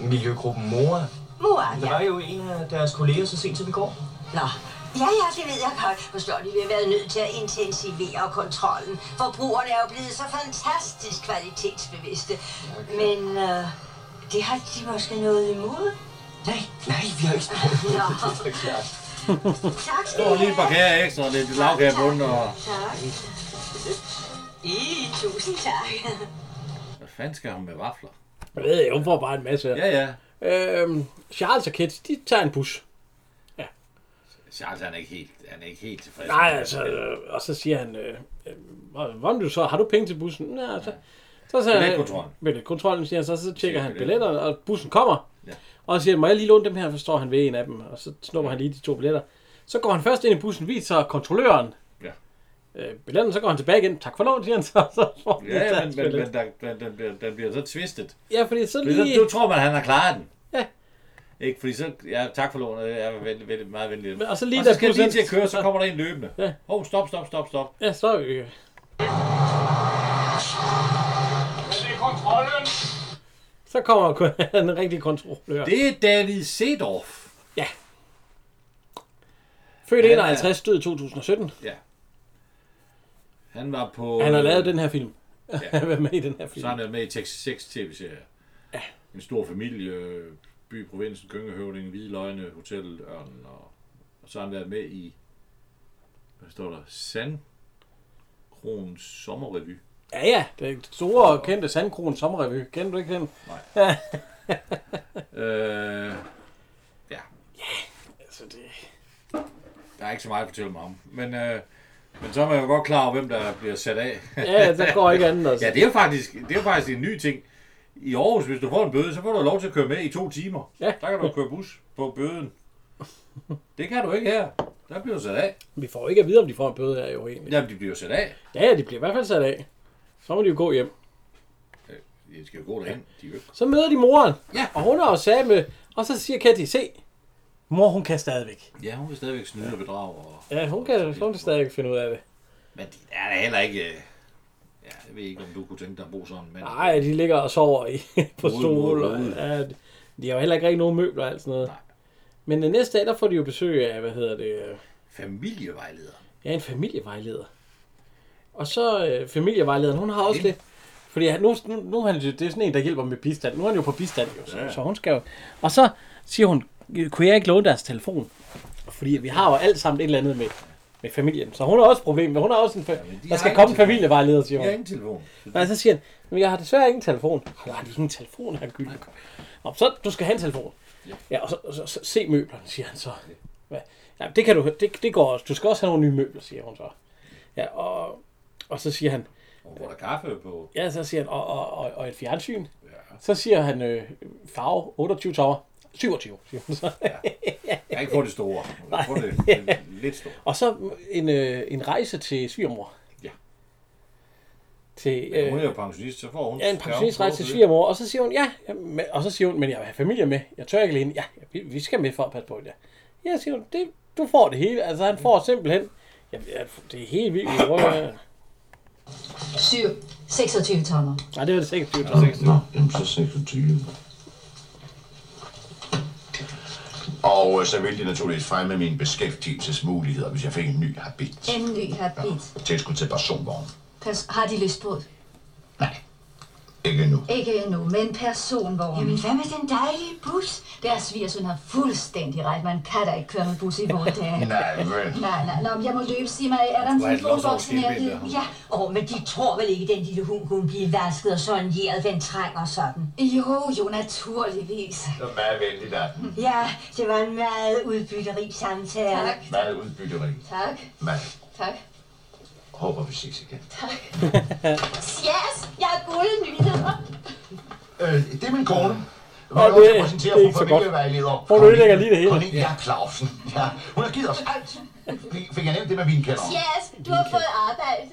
Miljøgruppen Mora. MOA, Der ja. var jo en af deres kolleger så sent som i går. Nå, Ja, ja, det ved jeg godt. Forstår de, vi har været nødt til at intensivere kontrollen. Forbrugerne er jo blevet så fantastisk kvalitetsbevidste. Men øh, det har de måske noget imod. Nej, nej, vi har ikke spurgt. Nå, Det er klart. <laughs> tak skal Så I lige et par have. kager ekstra, og lidt lavkage på den, og... Tak. I, tusind tak. Hvad fanden skal hun med vafler? Jeg ved ikke, hun får bare en masse her. Ja, ja. Øhm, Charles og Kets, de tager en bus. Charles, han er ikke helt, han er ikke helt tilfreds. Nej, altså, øh, og så siger han, øh, øh, hvordan du så, har du penge til bussen? Nej, altså, så siger Billetkontrollen. Han, billetkontrollen siger han, så, så tjekker Tjekker han billetterne. billetterne, og bussen kommer. Ja. Og så siger han, må jeg lige låne dem her, forstår han ved en af dem, og så snupper han lige de to billetter. Så går han først ind i bussen, viser kontrolløren Ja. øh, billetten, så går han tilbage igen, tak for lån, siger han <laughs> så. så får han <laughs> Ja, deres men, men, billet. men der, den, den, bliver, den bliver så twistet. ja, fordi så Fordi lige... så, du tror man, han har klaret den. Ja. Ikke, fordi så, ja, tak for lånet, jeg er vældig, vældig, meget venlig. Men- og så lige og så da skal jeg lige til bussen- at køre, så kommer der en løbende. Ja. Hov, oh, stop, stop, stop, stop. Ja, så... Øh, Det er kontrollen. så <laughs> kommer en rigtig kontrollør. Det er David Sedorf. Født Han er- 51, død i 2017. Han var på... Han har lavet den her film. Ja. øh, Ja. Han <laughs> har været med i den her film. Så har han været med i Texas 6 tv-serie. Ja. En stor familie, øh, by, provinsen, Gyngehøvding, Hvide Løgne, Hotel, Ørnen, og, og så har han været med i, hvad står der, Sand Krons sommerrevy. Ja, ja. Det store og kendte Sandkron sommerrevy. Kender du ikke den? Øh, Altså, det... der er ikke så meget at fortælle mig om, men, øh, men så er man jo godt klar over, hvem der bliver sat af. <laughs> Ja, ja, der går ikke andet. Altså. ja, det er jo faktisk, det er jo faktisk en ny ting. I Aarhus, hvis du får en bøde, så får du lov til at køre med i to timer. Ja. Der kan du køre bus på bøden. Det kan du ikke her. Der bliver du sat af. Vi får ikke at vide, om de får en bøde her jo egentlig. Jamen, de bliver jo sat af. Ja, ja, de bliver i hvert fald sat af. Så må de jo gå hjem. De skal jo gå derhen. De er jo ikke. Så møder de moren. Ja. Og hun er jo sammen med... Og så siger Katty, se, mor hun kan stadigvæk. Ja, hun vil stadigvæk snyde og bedrage. Og... Ja, hun kan, hun kan stadigvæk finde ud af det. Men det er da heller ikke... øh, Ja, jeg ved ikke, om du kunne tænke dig at bo sådan, men... Nej, de ligger og sover i, på Ude, stol. ude, Og, ude. ja, de- de har jo heller ikke rigtig nogen møbler og alt sådan noget. Nej. Men den næste dag, der får de jo besøg af, hvad hedder det, øh, Familievejleder. Ja, en familievejleder. Og så øh, familievejlederen, hun har også lidt... Fordi han, nu, nu, nu er han, jo- det er sådan en, der hjælper med bistand. Nu er han jo på bistand, jo, så, Ja. ja. så hun skal jo... Og så siger hun, kunne jeg ikke låne deres telefon? Fordi vi har jo alt sammen et eller andet med, med familien. Så hun har også problemer. Hun har også en... Fa- men de der har skal ikke komme en telefon. familievejleder, siger Jeg hun. har ingen telefon. Og så siger han, men jeg har desværre ingen telefon. "Nå, Har du ingen telefon, her gylden? Nå, så du skal have en telefon. Ja, og så, så, så, se møblerne, siger han så. Hvad? Ja, det kan du, det, det går også. Du skal også have nogle nye møbler, siger hun så. Ja, og, og så siger han, Og hvor er der kaffe på? ja, så siger han, og, og, og, og et fjernsyn. Ja. Så siger han, øh, farve 28 tommer. 27, siger hun så. Jeg kan ikke få det store. Jeg får det, det lidt store. Og så en, øh, en rejse til svigermor. Ja. Til, Men Hun øh, er jo pensionist, så får hun... Ja, en skal hun pensionistrejse til få det. svigermor, og så siger hun, ja, ja, men, og så siger hun, men jeg vil have familie med, jeg tør ikke alene, ja, vi, vi skal med for at passe på det. Ja, siger hun, det, du får det hele, altså han får simpelthen, ja, ja, det er helt vildt, vi prøver, ja. 7. 26 tommer. Nej, det var det 26 Ja, seks Nå, jamen så 26. Og øh, så vil det naturligvis fremme mine beskæftigelsesmuligheder, hvis jeg fik en ny habit. En ny habit. Tilskud til personvogn. Pers- har de lyst på det? Nej, ikke endnu. Ikke endnu, men personvogn. Jamen, hvad med den dejlige bus? Deres svigersøn har fuldstændig ret. Man kan da ikke køre med bus i <laughs> vore dage. Nej, vel. Nej, nej, nej, jeg må løbe, sig mig. Er der en Du har et telefonboks lommeårs nær skilbind, det? der. Ja, Åh, men de tror vel ikke, den lille hund kunne blive vasket og sonjeret, den trænger sådan. jo, jo, naturligvis. Det var meget venligt af den. Ja, det var en meget udbytterig samtale. Tak, Meget udbytterig. tak, Meget. tak, Håber vi ses igen. tak. Yes, jeg har gode nyheder. Øh, det er min kone. Vi Og vil også det- præsentere det er fru ikke så godt. familievejleder. Hun ødelægger lige det hele. Cornelia Clausen. Ja, hun har givet os alt. Fik, fik jeg nævnt det med vinkælderen? Yes, du har fået arbejde.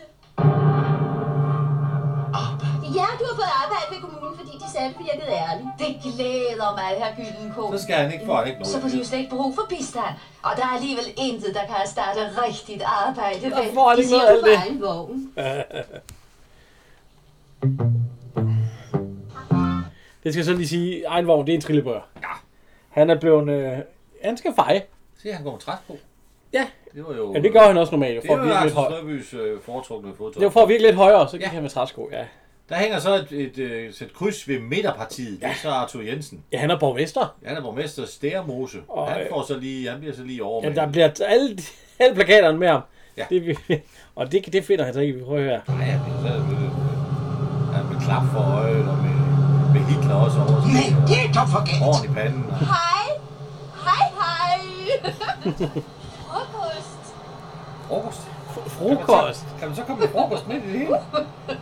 Ja, du har fået arbejde ved kommunen, fordi de sagde, at vi virkede ærligt. Det glæder mig, her Gyldenko. Så skal han ikke få han ikke Så får de jo noget. slet ikke brug for bistand. Og der er alligevel intet, der kan starte rigtigt arbejde. vel? Hvorfor er det De ikke noget siger, af du det? var en vogn. Det skal så lige sige, Ejnvogn, det er en trillebør. Ja. Han er blevet, øh, han skal feje. Se, han går med træsko. Ja. Det var jo... Ja, det gør han også normalt, jo, Det for at var blive lidt Axel høj. Strøbys øh, foretrukne fodtøj. Det var for at virke lidt højere, så gik ja. han med træsko, ja. Der hænger så et, et, et, et kryds ved midterpartiet. Ja. Det er så Arthur Jensen. Ja, han er borgmester. Han er borgmester Stærmose. Og, Og, øh, han, får så lige, han bliver så lige over Ja, der bliver alle, alle plakaterne med ham. Ja. Det, vi- og det, det finder han så ikke, vi prøver at høre. Ja, det er med, med, med klap for øjet og med, med Hitler også over. Nej, det er dog for galt. Hården i panden. og- Hej. Hej, hej. <laughs> Frokost. Frokost. Frokost. Kan man så komme med frokost med i det hele?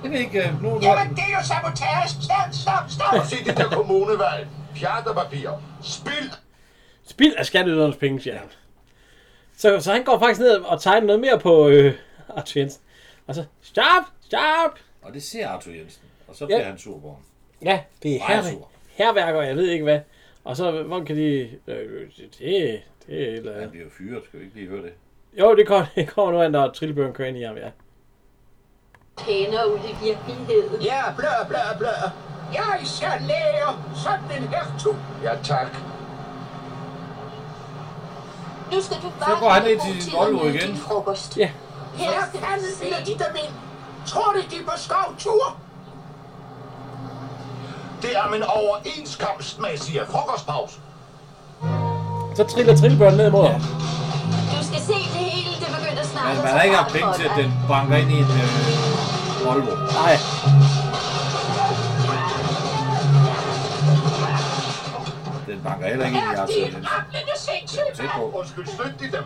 Jeg ved ikke, øh, nu... Jamen, det er jo sabotage. Stop, stop, <laughs> stop. Se det der kommunevej. Pjatterpapir. Spild. Spild af skatteyderens penge, siger han. Så, så han går faktisk ned og tegner noget mere på øh, Arthur Jensen. Og så, stop, stop. Og det ser Arthur Jensen. Og så bliver Ja. han sur på ham. Ja, det er Meget herværk, sur. herværker, jeg ved ikke hvad. Og så, hvor kan de... Øh, det, det er et eller Han andet. bliver fyret, skal vi ikke lige høre det? Jo, det kommer, <laughs> det kommer nu an, der er trillebøren kører ind i ham, ja. Pæne og ude i virkeligheden. Ja, blø, blø, blø. Jeg skal lære sådan en hertug. Ja, tak. Nu skal du Så går han ned til sin Volvo igen. frokost. Ja. Her fanden bilder de dem ind. Tror de, de er på skovtur? Det er min overenskomstmæssige frokostpause. Så triller trillebøren ned mod ham. Du skal se det hele, det begynder snart Men at man tage har ikke haft fart penge for til, at dig. den banker ind i en øh, Volvo. <laughs> Nej. Den banker heller ikke ind i Arthur altså Jensen. rablende sindssygt, Tæt på. Undskyld, støt de dem.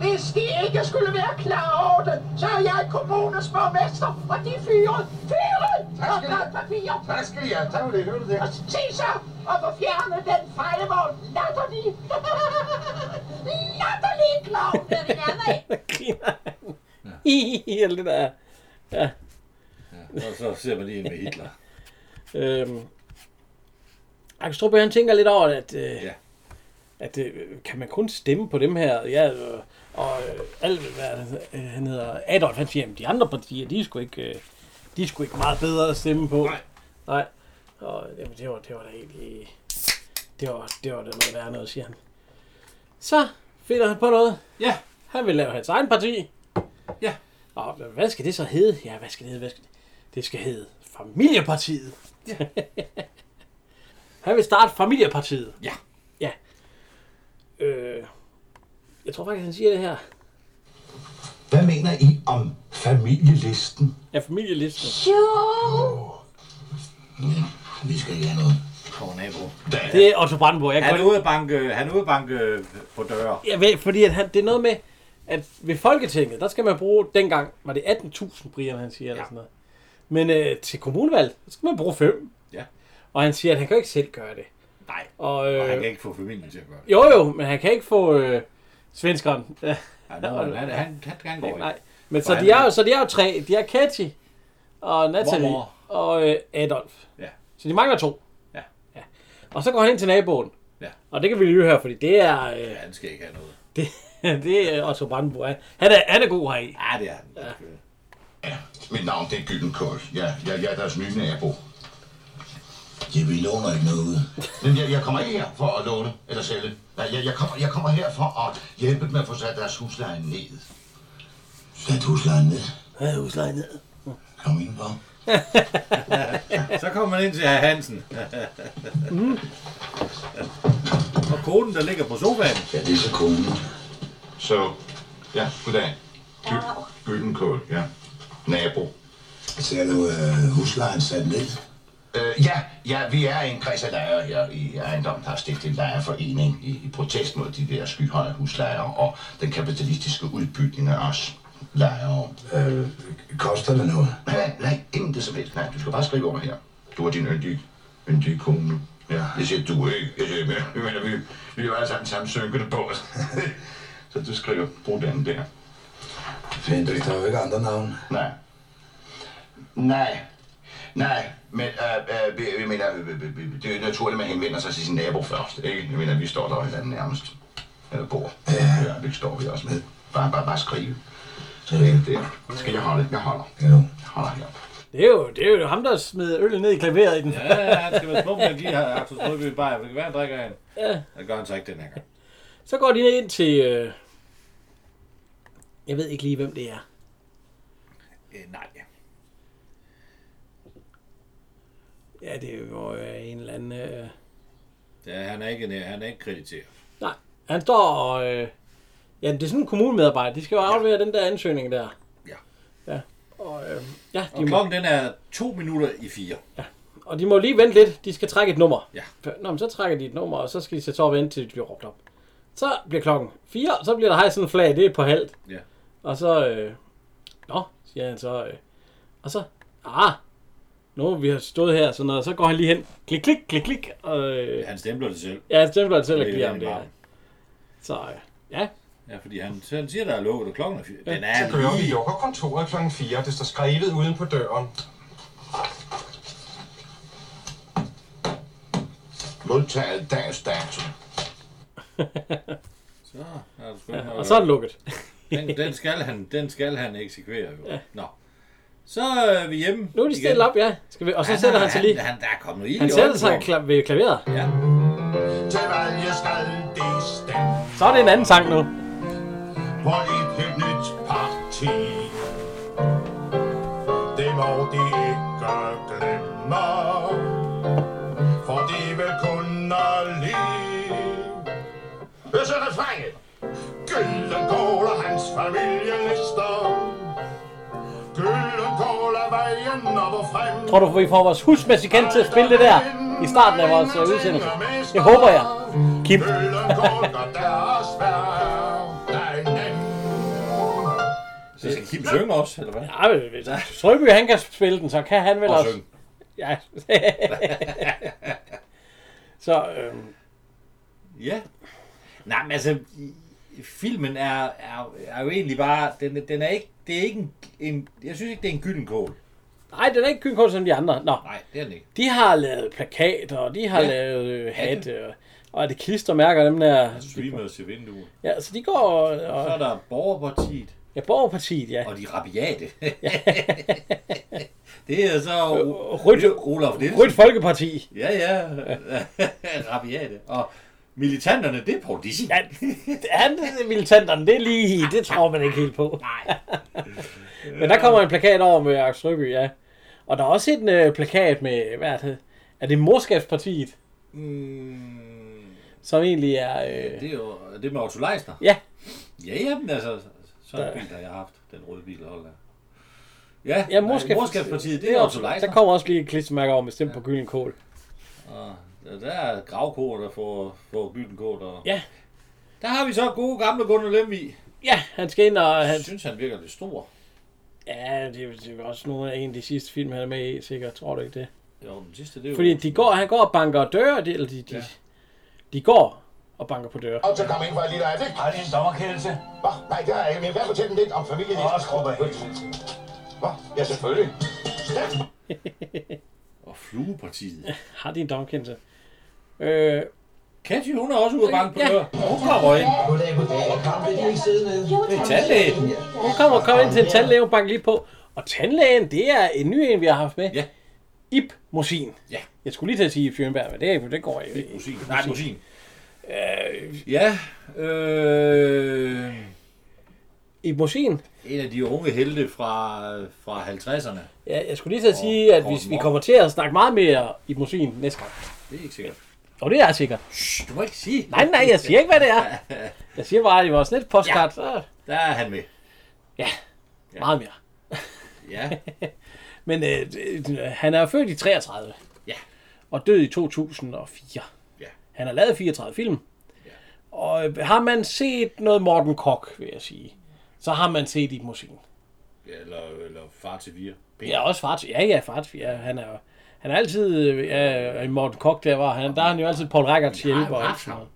Hvis de ikke skulle være klar over det, så er jeg kommunens borgmester, og de er fyret. Fyret! Tak skal I have. Tak skal I have. Tak vil I høre det. Og se så, og få fjernet den fejlevogn. <laughs> Latterlig. Latterlig klovn. Hvad vi nærmer af. Der griner han. <laughs> I alt det der. Ja. Og så ser man lige en med Hitler. Øhm. Akstrup, han tænker lidt over, at, øh, Ja. at øh, kan man kun stemme på dem her? Ja, øh, og øh, alt, hvad er det, øh, han hedder, Adolf, han siger, at de andre partier, de er sgu ikke, øh, de er sgu ikke meget bedre at stemme på. Nej. Nej. Og jamen, det, var, det var da helt i... Det var, det var da noget værre noget, siger han. Så finder han på noget. Ja, Han vil lave hans egen parti. Ja. Og hvad skal det så hedde? Ja, hvad skal det hedde? Hvad skal det? det skal hedde Familiepartiet. Ja. <laughs> han vil starte Familiepartiet. Ja. Ja. Øh, jeg tror faktisk, han siger det her. Hvad mener I om familielisten? Ja, familielisten. Jo, Mm, Vi skal ikke have noget. kommer nabo. Det er Otto Brandenburg. Jeg kan Han er godt, ude at banke, han er ude at banke øh, på døre. jeg ved, fordi at han, det er noget med, at ved Folketinget, der skal man bruge, dengang var det 18.000, Brian han siger, ja. eller sådan noget. Men øh, til kommunevalg, så skal man bruge 5. Ja. Og han siger, at han kan jo ikke selv gøre det. Nej. Og, øh, Og han kan ikke få familien til at gøre det. Jo jo, men han kan ikke få øh, svenskeren. Ja, Han, han, han, han, han, han går ikke. Nej. Men For så han de, er er- jo, så de er jo tre. De er Katty og Natalie Mormor. og øh, Adolf. Ja. Så de mangler to. Ja. ja. Og så går han ind til naboen. Ja. Og det kan vi lige høre, fordi det er, øh, Ja, han skal ikke have noget. det, <laughs> det er Otto Brandenburg. Han han er, han er god heri. Ja, det er han. Ja. Mit navn det er Gyldenkål. Ja, ja, ja, deres nye nabo. Ja, vi låner ikke noget ud. Men jeg, jeg kommer ikke her for at låne eller sælge. Nej, jeg, jeg, kommer, jeg kommer her for at hjælpe dem med at få sat deres husleje ned. Sæt huslejen ned. Ja, huslejen ned. Kom indenfor. Så kommer man ind til herr Hansen. Mm. Og konen, der ligger på sofaen. Ja, det er så konen. Så, ja, goddag. Gy- Gyldenkål, ja. Nabo. Så er du øh, huslejen sat ned. Øh, ja, ja, vi er en kreds af lejere her i ejendommen, der har stiftet en lejerforening i, i protest mod de der skyhøje huslejer og den kapitalistiske udbygning af os lejere. Øh, koster det noget? Nej, nej, ingen det som helst. Nej, du skal bare skrive over her. Du er din yndige, yndige kone. Ja. Jeg siger, du er ikke. Jeg siger, men, vi, mener, vi, vi er jo alle sammen sammen synkende på <laughs> os. så du skriver, brug den der. Fint, der er jo ikke andre navn. Nej. Nej. Nej, men øh, øh, vi, vi mener, øh, øh, øh, det er jo naturligt, at man henvender sig til sin nabo først. Ikke? Jeg mener, vi står der hinanden nærmest. Eller bor. Ja. det står vi også med. Bare, bare, bare skrive. Så det er det der. Skal jeg holde? Jeg holder. Jo. Jeg holder her. Det er jo, det er jo ham, der smed øl ned i klaveret i den. Ja. Ja, han skal være smuk med at give her Arthur Strøby bare. Det kan være, han drikker en. Ja. Det gør han så ikke den her gang. Så går de ind til, øh, Jeg ved ikke lige, hvem det er. Øh, nej. Ja, det er jo øh, en eller anden... Øh... Ja, han er ikke, han er ikke krediteret. Nej, han står og... Øh... Ja, det er sådan en kommunemedarbejder. De skal jo aflevere ja. den der ansøgning der. Ja. Ja. Og, øh... ja, Og klokken den er to minutter i fire. Og de må lige vente lidt. De skal trække et nummer. Ja. Nå, men så trækker de et nummer, og så skal de sætte sig over og vente, til de bliver råbt op. Så bliver klokken 4, og så bliver der hejst sådan en flag. Det er på halvt. Ja. Og så... Øh, Nå, siger han så. Øh, og så... Ah, nu vi har stået her, sådan noget, så går han lige hen. Klik, klik, klik, klik. Og, øh, Han stempler det selv. ja, han stempler det selv og Det er giver den ham det. i Ja. marken. Så øh, ja, Ja, fordi han, så han siger, der er lukket, og klokken er fire. Den Så er kører vi lige... i kontoret kl. 4. Det står skrevet uden på døren. Modtaget dags dato. Så er det sgu ja. nok- Og så er det lukket. Den, den, skal han, den skal han eksekvere jo. Ja. Nå. Så er vi hjemme Nu er de stille op, ja. Skal vi, og så sætter han sig lige. Han, der er kommet i Han sætter sig kla- ved klaveret. Ja. Til valget skal det stemme Så er det en anden sang nu. på et helt nyt parti. Det må de ikke glemme, for de vil kunne lide. Hør så refrænget. Gyldenkål og hans familielister. Gyldenkål er vejen op og frem. Tror du, vi får vores husmusikant til at spille det der i starten af vores øh, udsendelse? Det håber jeg. Kim. Så skal Kim synge også, eller hvad? Ja, men hvis Strøby, han kan spille den, så kan han vel Og også. synge. Ja. <laughs> så, øhm, Ja. Nej, men altså, i- i- filmen er, er, er jo egentlig bare, den, den er ikke, det er ikke en, en, jeg synes ikke, det er en gylden kål. nej, den er ikke kynkål som de andre. Nå, Nej, det er den ikke. de har lavet plakater, og de har Ja. ja. lavet øh, hatte, og, og er det klistermærker, dem der. Streamer til vinduet. Ja, så de går og... Så er og der Borgerpartiet ja, borgerpartiet, ja. og de rabiate. <laughs> Øh, det er så Rødt- Olaf Nielsen. Rødt Folkeparti. Ja, ja. <laughs> rabiate. Og militanterne, det er Paul Dissing. Ja, han, militanterne, det er lige, det tror man ikke helt på. Nej. <laughs> Men der kommer en plakat over med Axel Røby, ja. Og der er også en øh, plakat med, hvad er det? Er det Morskabspartiet, Mm, som egentlig er... Øh, det er jo det er med Otto Leisner. ja, Ja, jamen altså, sådan en bil har jeg haft. Den røde bil, hold da. Ja, ja nej, morskabs, morskabspartiet, det er Otto Leisner. Der kommer også lige et klistermærke over med stemt ja. på Gyllenkål. Og der- der er gravkår, der får, får gyldenkål. Og... Ja. Der har vi så gode gamle Gunnar Lemvig. Ja, han skal ind og... Han, Jeg synes, han virker lidt stor. ja, det er, det er jo også nogle af en af de sidste film, han er med i, sikkert. Tror du ikke det? Jo, den sidste, det er jo... Fordi de går, han går og banker døre, de, eller de, de, ja. de går og banker på døre. Og så kom ind for et lille øjeblik. Har de en dommerkendelse? Hva? Nej, det har jeg ikke. Men hvad fortæl dem lidt om familien? Åh, skrub af. Hva? Ja, selvfølgelig. Stærkt. Og fluepartiet. Har de en domkendelse? Øh, Katty, hun er også ude at banke på Ja. dør. Og hun kommer ind. Goddag, goddag. Kom, vil de ikke sidde nede? Det er tandlægen. hun kommer og kommer ind til en tandlæge, hun banker lige på. Og tandlægen, det er en ny en, vi har haft med. Ja. Ib Mosin. Ja. Jeg skulle lige til at sige Ib Sjøenberg, men det, er- det går ikke. Rosin. Nej, rosin. Øh, ja, øh, Ib Mosin? en af de unge helte fra, fra 50'erne. Ja, jeg skulle lige til at Og sige, at hvis Morten vi Mok. kommer til at snakke meget mere i Mosin næste gang. Det er ikke sikkert. Og det er jeg sikkert. Shh, du må ikke sige. Nej, nej, jeg siger ikke, hvad det er. Jeg siger bare, at i vores netpostcard, ja. så Der er han med. meget mere. Ja, Men øh, det- øh, han er født i 33. Ja. Og død i 2004. Ja. Han har lavet 34 film. Ja. Og øh, har man set noget Morten Koch, vil jeg sige, så har man set Ib Mosin. eller, eller far til fire. Ja, også far til, ja, ja, far til, ja, han er jo- han er altid, øh, ja, i Morten Koch der var han, der er han jo altid Paul Reichert til Vi har hjælper. jo og haft sådan noget.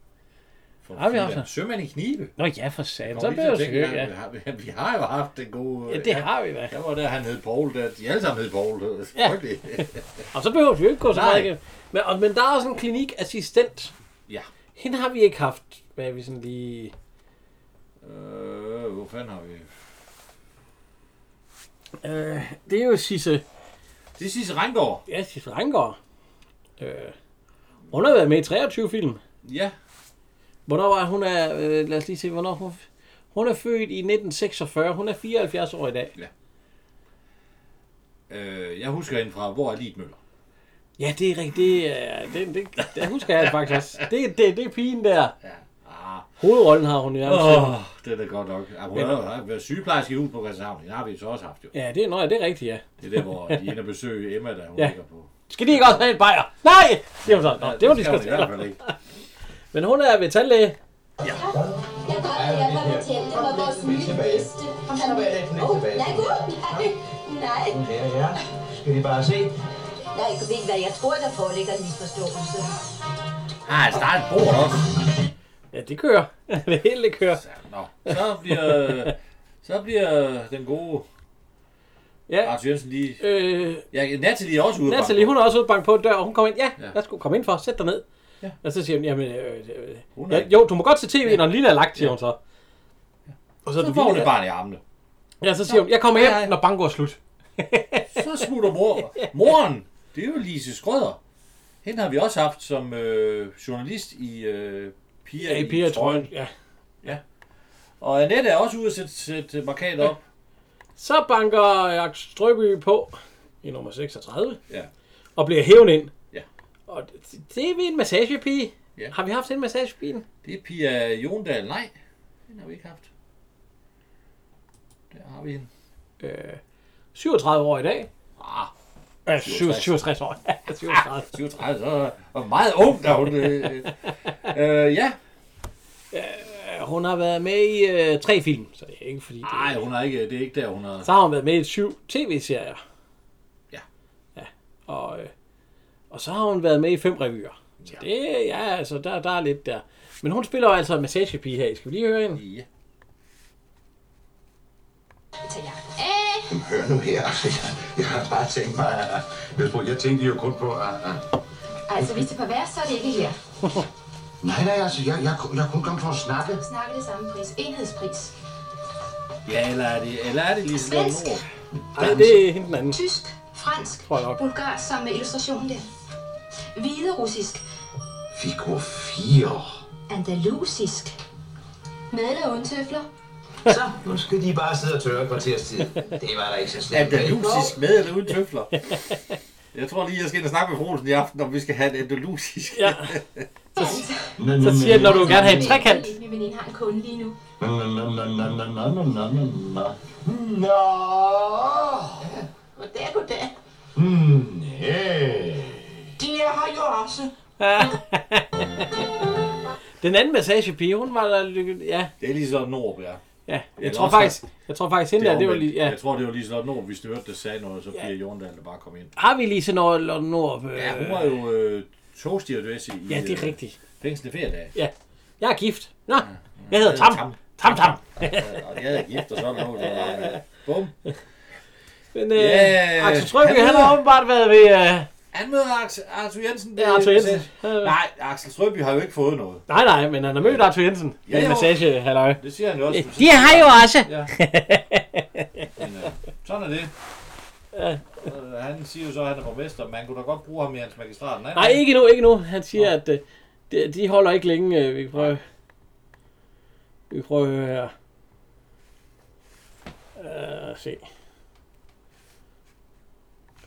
For Har vi fire. haft det? Sømand i knibe. Nå ja, for satan, så Kom lige blev til at jeg tænke, sikker, ja. Vi har, vi- vi har jo haft den gode... Ja, det har vi da. Der var der, han hed Paul. Der, de alle sammen hed Paul. Det var Ja. frygteligt. Og så behøver vi jo ikke gå så Nej. meget igennem. Men, og, men der er også en klinikassistent. ja. Hende har vi ikke haft, hvad er vi sådan lige... Øh, hvor fanden har vi... Øh, det er jo Sisse, Det er Sisse Rengård. ja, Sisse Rengård. Øh, hun har været med i 23 film. Ja. Hvornår var hun er, øh, lad os lige se, hvornår hun... Hun er født i 1946. Hun er 74 år i dag. Ja. Øh, jeg husker hende fra, hvor er Lid Møller? Ja, det er rigtigt. Det, er, det, det, det husker jeg faktisk også. Det, det, det er pigen der. Ja. Ah. Hovedrollen har hun i nærmest. Åh, oh, det er da godt nok. Ja, hun Men- har jo været sygeplejerske i på Christianshavn. Det har vi så også haft jo. Ja, det er, nå, ja, det er rigtigt, ja. Det er der, hvor de er inde og besøge Emma, der hun Ja. ligger på. Skal de ikke også have en bajer? Nej! Det var så. Nå, det var de skal skal hun i hvert fald ikke. Men hun er ved tandlæge. Jeg tror, at jeg kommer til at var vores nye bedste. Kom så, Åh, nej, gud, nej, nej. Ja, ja. Skal de bare se? Nej, jeg ved hvad, jeg tror, der foreligger en misforståelse. Ah, der er et bord også. Ja, det kører. <laughs> det hele det kører. Nå, så bliver, så bliver den gode Ja. Arthur Jensen lige... Øh, Ja, Natalie er også ude. Natalie, hun er også ude og banke på dør, og hun kommer ind. Ja, Ja. ja. skulle komme ind for. Sæt dig ned. Ja. Ja. Og så siger hun, jamen, øh, øh, Hun er ja, ikke- jo, du må godt se tv, når Lille er lagt, siger hun så. Og Så er får hun vildt, et ja. barn i armene. Ja, så siger hun, jeg kommer hjem, når banko er slut. Så smutter mor. Moren, det er jo Lise Skrøder. Hende har vi også haft som øh, journalist i øh, Pia, Ja, i Pia Trøjen. Trøjen. Ja. Og Annette er også ude at sætte, sætte markat op. Så banker Jakob Strøby på i nummer 36 Ja. og bliver hævet ind. Ja. Og det- det er vi en massagepige. Ja. Har vi haft en massagepigen? Det er Pia Jondal. Nej, den har vi ikke haft. Der har vi hende. Øh, 37 år i dag. Ah, Ja, 67. 67 år. <laughs> Ja, 37. 37, så og meget ung, da hun... Øh, øh, ja. Ja, Hun har været med i øh, tre film, så det er ikke fordi... Det... Nej, hun har ikke, det er ikke der, hun har... Så har hun været med i syv tv-serier. Ja. Ja, og, øh, og så har hun været med i fem revyer. Så Ja. ja. det, ja, altså, der, der er lidt der. Men hun spiller jo altså en massagepige her. Skal vi lige høre hende? Ja. Jamen, hør nu her. Jeg har bare tænkt mig, at- jeg, tror- jeg tænkte jo kun på, at... at- Altså, hvis det kan være, så er det ikke her. Nej, nej, altså, jeg, jeg, jeg er kun kommet for at snakke. Snakker det samme pris. Enhedspris. ja, eller er det, eller er det lige sådan Svensk. ord? Nej, det er hende den anden. Tysk, fransk, Tror jeg nok. bulgarsk som med illustrationen der. Hvide russisk, Figur 4. andalusisk. Madel og undtøfler. Så, nu skal de bare sidde og tørre et kvarters tid. Det var da ikke så slemt. Andalusisk med eller uden <laughs> tøfler? Jeg tror lige, jeg skal ind og snakke med Frosen i aften, om vi skal have et andalusisk. Ja. Nå, nå, Så nå, siger den, når du nå, vil gerne have en trekant. Min veninde har en kunde lige nu. nå, nå, nå, nå, nå, nå, nå, nå, nå, nå. Nå. Goddag, goddag. Hmm, yeah. De er her jo også. Den anden massagepige, hun var der... Ja, Det er lige sådan Nord, ja. ja. Eller Jeg tror også- faktisk, jeg tror faktisk hende der, det var omvendt. lige... Ja. Jeg tror, det var lige sådan Nord, hvis du hørte, der sagde noget, så Pia Jorndal der bare kom ind. Har vi lige sådan noget Lotte Nord? Øh, Ja, hun var jo øh, togstjernedresse i ja, det er øh, rigtigt. fængsel i feriedage. Ja. Jeg er gift. Nå, jeg Øh, hedder Tam. Tam Tam. Og jeg havde gift og sådan noget. og, øh, Bum. Men øh, Ja, yeah. Axel Strøby, han han møder- har åbenbart været ved... Øh, Han møder Aks- Arthur Jensen. Ja, Arthur øh, Jensen. sagde- Nej, Axel Strøby har jo ikke fået noget. nej, nej, men han har mødt Arthur Jensen. Ja, Ja, en jo. massage, halløj. Det siger han jo også. De har jo også. Ja. Men, øh, sådan er det. Øh, Han siger jo så, at han er borgmester, men man kunne da godt bruge ham i hans magistrat. Nej, Nej, ikke nu, ikke nu. Han siger, at øh, de, de holder ikke længe. Øh, Vi kan prøve... Vi kan prøve at høre her. Uh, se.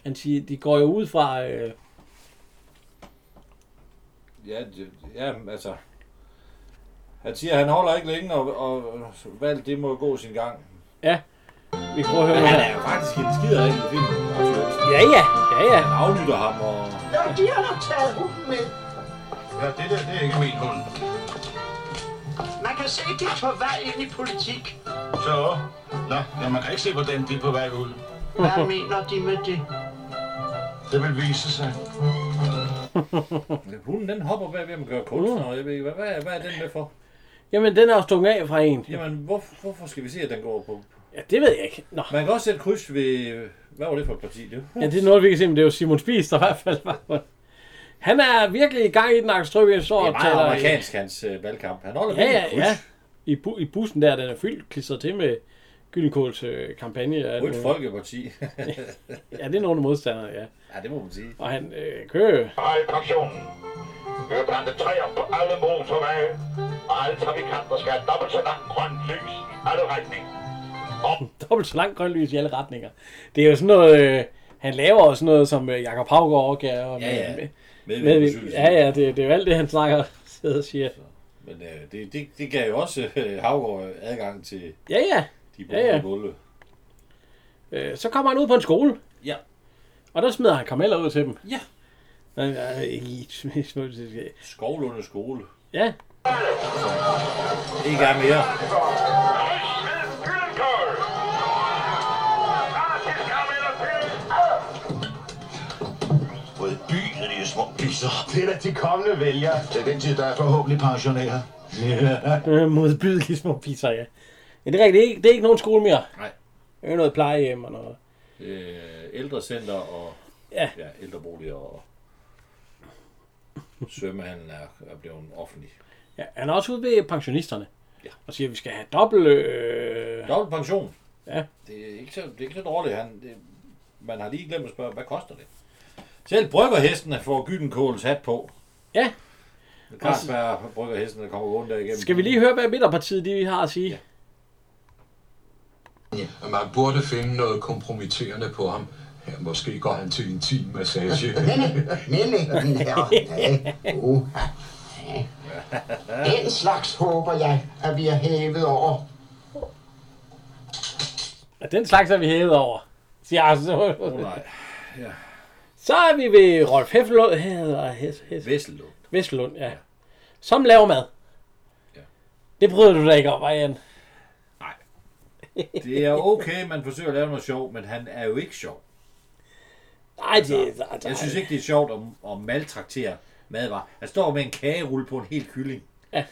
Han siger, de går jo ud fra... Øh, Ja, det- ja, altså... Han siger, at han holder ikke længe, og, og valget det må gå sin gang. vi kan prøve at høre Men nu han her. er jo faktisk en skider ikke i filmen. Arthur Jensen. Ja, ja, ja, ja. Han aflytter ham, og Ja, de har da taget hunden med. Ja, det der, det er ikke min hund. Man kan se, de er på vej ind i politik. Så? Nå, ja, man kan ikke se, hvordan de er på vej ud. Hvad mener de med det? Det vil vise sig. hunden den hopper bag ved ham og gør kunstner, og jeg ved ikke, hvad, hvad, hvad er den med for? Jamen, den er jo stukket af fra en. Jamen, hvorfor, hvorfor skal vi se, at den går på? Ja, det ved jeg ikke. Nå. Man kan også sætte kryds ved... Hvad var det for et parti, det? Ja, det er noget, vi kan se, men det er jo Simon Spies, der i hvert fald var på. Han er virkelig i gang i den akstrøb, jeg Det står og er meget taler i, amerikansk, hans øh, valgkamp. Han holder ja, virkelig ja, kryds. ja. i, bu- i bussen der, den er fyldt klistret til med Gyllenkåls øh, kampagne. og Rødt alt muligt. Folkeparti. <laughs> Ja, det er nogle modstandere, ja. ja, det må man sige. Og han øh, kører. Hold pensionen. Vi brændte træer på alle motorveje, og alle trafikanter skal have dobbelt så langt grønt lys i alle retninger. Dobbelt så langt grønt lys i alle retninger. Det er jo sådan noget, øh, han laver også noget, som øh, Jakob Havgaard overgav. Ja, ja. Med, Medvind med, på med, cykelstien. ja, ja, det, det er jo alt det, han snakker <laughs> sidder og siger. Men øh, det, det, det gav jo også øh, Havgård adgang til Ja, ja. de Ja, borgerlige ja. gulve. Øh, så kommer han ud på en skole. Ja. Og der smider han karameller ud til dem. Ja. Men, øh, i- <laughs> i- i- Skovlunde skole. Ja. Ikke er mere. Både byen og de små pisser. Det er de kommende vælgere. Det er den tid, der er forhåbentlig pensioneret. øh, modbydelige små pisser, ja. ja. det er rigtigt. Det er, ikke, det er ikke nogen skole mere. Nej. Det er noget plejehjem og noget. Øh, ældrecenter og Ja. ja ældreboliger og svømmehandlen er, er blevet offentlig. Ja, han er også ude ved pensionisterne. Ja. Og siger, at vi skal have dobbelt... Øh... Dobbelt pension. Ja. Det er ikke så, det er ikke så dårligt. Han, det, man har lige glemt at spørge, hvad koster det? Selv bryggerhestene får Gyldenkåls hat på. Ja. Carlsberg bryggerhesten, der kommer rundt der igennem. Skal vi lige høre, hvad Midterpartiet de har at sige? Ja. at man burde finde noget kompromitterende på ham. Ja, måske går han til intimmassage. Næh, næh, min herre. Næh, uha. Den slags håber jeg, at vi er hævet over. Og den slags er vi hævet over. Siger jeg så. Oh, nej. Ja. Så er vi ved Rolf Heffelund. Hedder, hes, hes. Vesselund. Vesselund, ja. Som laver mad. Ja. Det bryder du dig ikke om, Marianne. Det er okay, man forsøger at lave noget sjov, men han er jo ikke sjov. Nej, det altså, er... Altså, Jeg synes ikke, det er sjovt at, at maltraktere madvarer. Han står med en kagerulle på en hel kylling. Ja.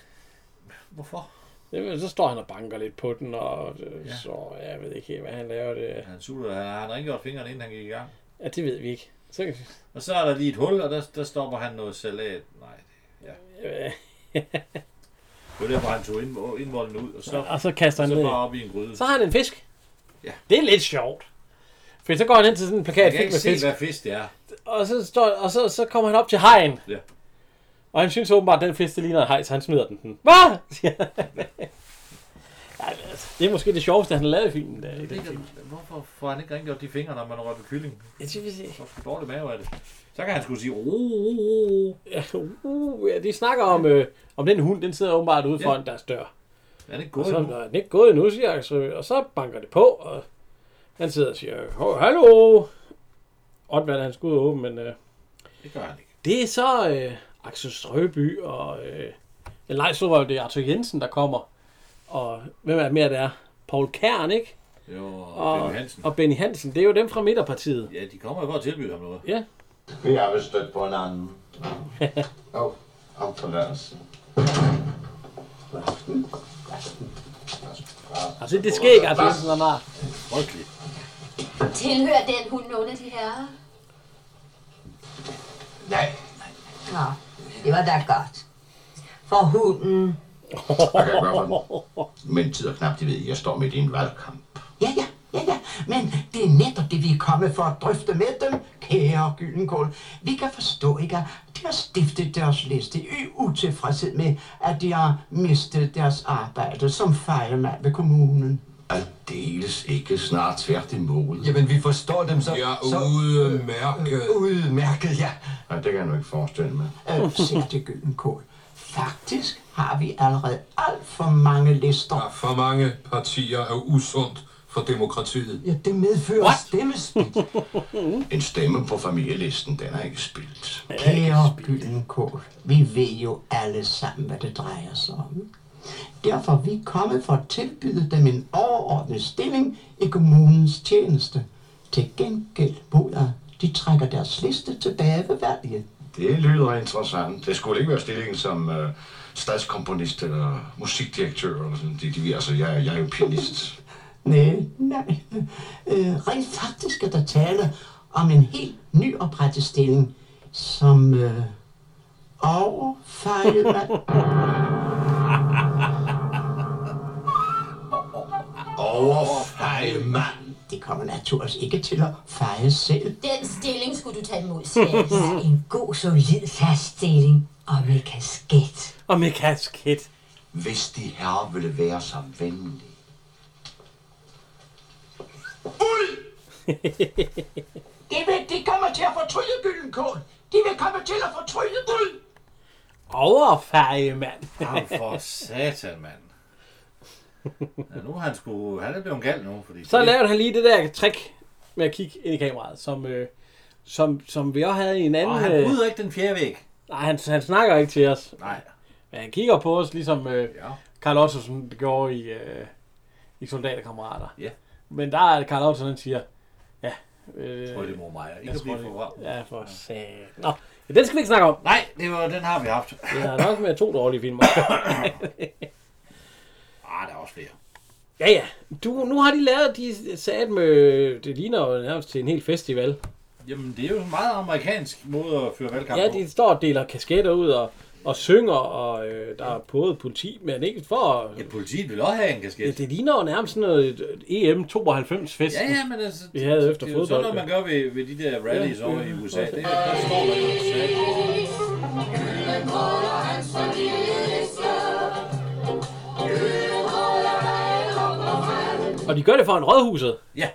Hvorfor? Jamen, så står han og banker lidt på den, og øh, ja. så jeg ved ikke helt, hvad han laver det. Han sutter, han har rengjort fingrene, inden han gik i gang. Ja, det ved vi ikke. Så, Og så er der lige et hul, og der, der stopper han noget salat. Nej, det- ja. øh, Det var der, hvor han tog indvo- indvolden ud, og så, Og så kaster han og så ned. bare op i en gryde. så har han en fisk. Ja. Det er lidt sjovt. For så går han hen til sådan jeg en plakat kan fyldt ikke med se, fisk, hvad fisk det er. og, så, står, og så, så kommer han op til hajen. Ja. Og han synes åbenbart, at den fisk, det ligner en hej, så han <laughs> smider den. Hvad? siger han. Ja, altså, det er måske det sjoveste, han har lavet i filmen. Der, i den film. Hvorfor får han ikke rengjort de fingre, når man rører ved kylling? Jeg synes, det Hvor dårlig mave er det? Så kan han skulle sige, oh, oh, oh, oh. Ja, uh, ja, de snakker om, øh, om den hund, den sidder åbenbart ude Ja. foran deres dør. Er den ikke Og gået så endnu? er den ikke gået endnu, siger jeg, så, og så banker det på, og han sidder og siger, "Hov, hallo! Ottvald, han skulle ud og åbne, men øh, Det gør han ikke. det er så øh, Axel Strøby og... Øh, eller nej, så var det Arthur Jensen, der kommer. Og hvem er det mere, der er? Paul Kern, ikke? Jo, Og, Benny Hansen. og Benny Hansen. Det er jo dem fra Midterpartiet. Ja, de kommer jo for at tilbyde ham noget. Ja. Vi har vist stødt på en anden. Åh, oh, på deres. Altså, det sker ikke, Arthur Jensen han har. Frygteligt. Tilhører den hund nogen af de herrer? Nej. Nå, det var da godt. For hunden. Hvad kan jeg gøre for den? Men tid er knap, de ved, jeg står midt i en valgkamp. Ja, ja, ja, ja, men det er netop det, vi er kommet for at drøfte med dem, kære Gyldenkål. Vi kan forstå ikke, at de har stiftet deres liste i utilfredshed med, at de har mistet deres arbejde som fejlmand ved kommunen. Aldeles ikke snart tværtimod. Jamen, vi forstår dem så... Jeg er så, udmærket. Øh, Udmærket, ja. Nej, det kan jeg nu ikke forestille mig. Øh, sigte Gyldenkål. Faktisk har vi allerede alt for mange lister. Der er for mange partier er usundt for demokratiet. Ja, det medfører What? stemmespild. En stemme på familielisten, den er ikke spildt. Kære Gyldenkål, vi ved jo alle sammen, hvad det drejer sig om. Derfor er vi kommet for at tilbyde dem en overordnet stilling i kommunens tjeneste. Til gengæld mod at de trækker deres liste tilbage ved valget. Det lyder interessant. Det skulle ikke være stillingen som øh, statskomponist eller musikdirektør. Eller sådan. Det, det, altså, jeg, jeg er jo pianist. Nej, nej. Øh, rent faktisk er der tale om en helt nyoprettet stilling, som øh, overfejlmand. Overfejlmand. Det kommer naturligvis ikke til at feje selv. Den stilling skulle du tage imod, Det <laughs> skat. er en god, solid fast stilling. Og med kasket. Og med kasket. Hvis de herrer ville være så venlige. Det vil, de kommer til at fortryde Gyldenkål. De vil komme til at fortryde Guld. Overfærdig, mand. Ham for satan, mand. Ja, nu er han sgu... Han er blevet gal nu, fordi... Så lavede han lige det der trick med at kigge ind i kameraet, som, øh, som, som vi også havde i en anden... øh, Og han bryder ikke den fjerde væg. Nej, han, han snakker ikke til os. Nej. Men han kigger på os, ligesom øh, ja. Carl Ottesen gjorde i, øh, i Soldaterkammerater. Ja. Men der er Carl Ottesen, han siger, ja... Øh, Tror jeg, det er mor Maja. Ikke jeg at blive tror, det- for varm. Ja, for satan. Nå, ja, den skal vi ikke snakke om. Nej, det var, den har vi haft. Det er nok med to <laughs> dårlige filmer. Ah, der er også flere. ja, ja. Du, nu har de lavet, de sat med, det ligner jo nærmest til en hel festival. Jamen, det er jo en meget amerikansk måde at føre valgkamp Ja, på. de står og deler kasketter ud og, og synger, og øh, der er både politi, men ikke for... Ja, politiet vil også have en kasket. Ja, det ligner jo nærmest sådan noget E EM92-fest. Ja, ja, men altså, Vi havde efter det er jo sådan noget, fodbold. man ja. gør ved, ved de der rallies Ja, ja, over ja. i USA. Det, er- der står man jo sat. Og de gør det foran rådhuset. Ja.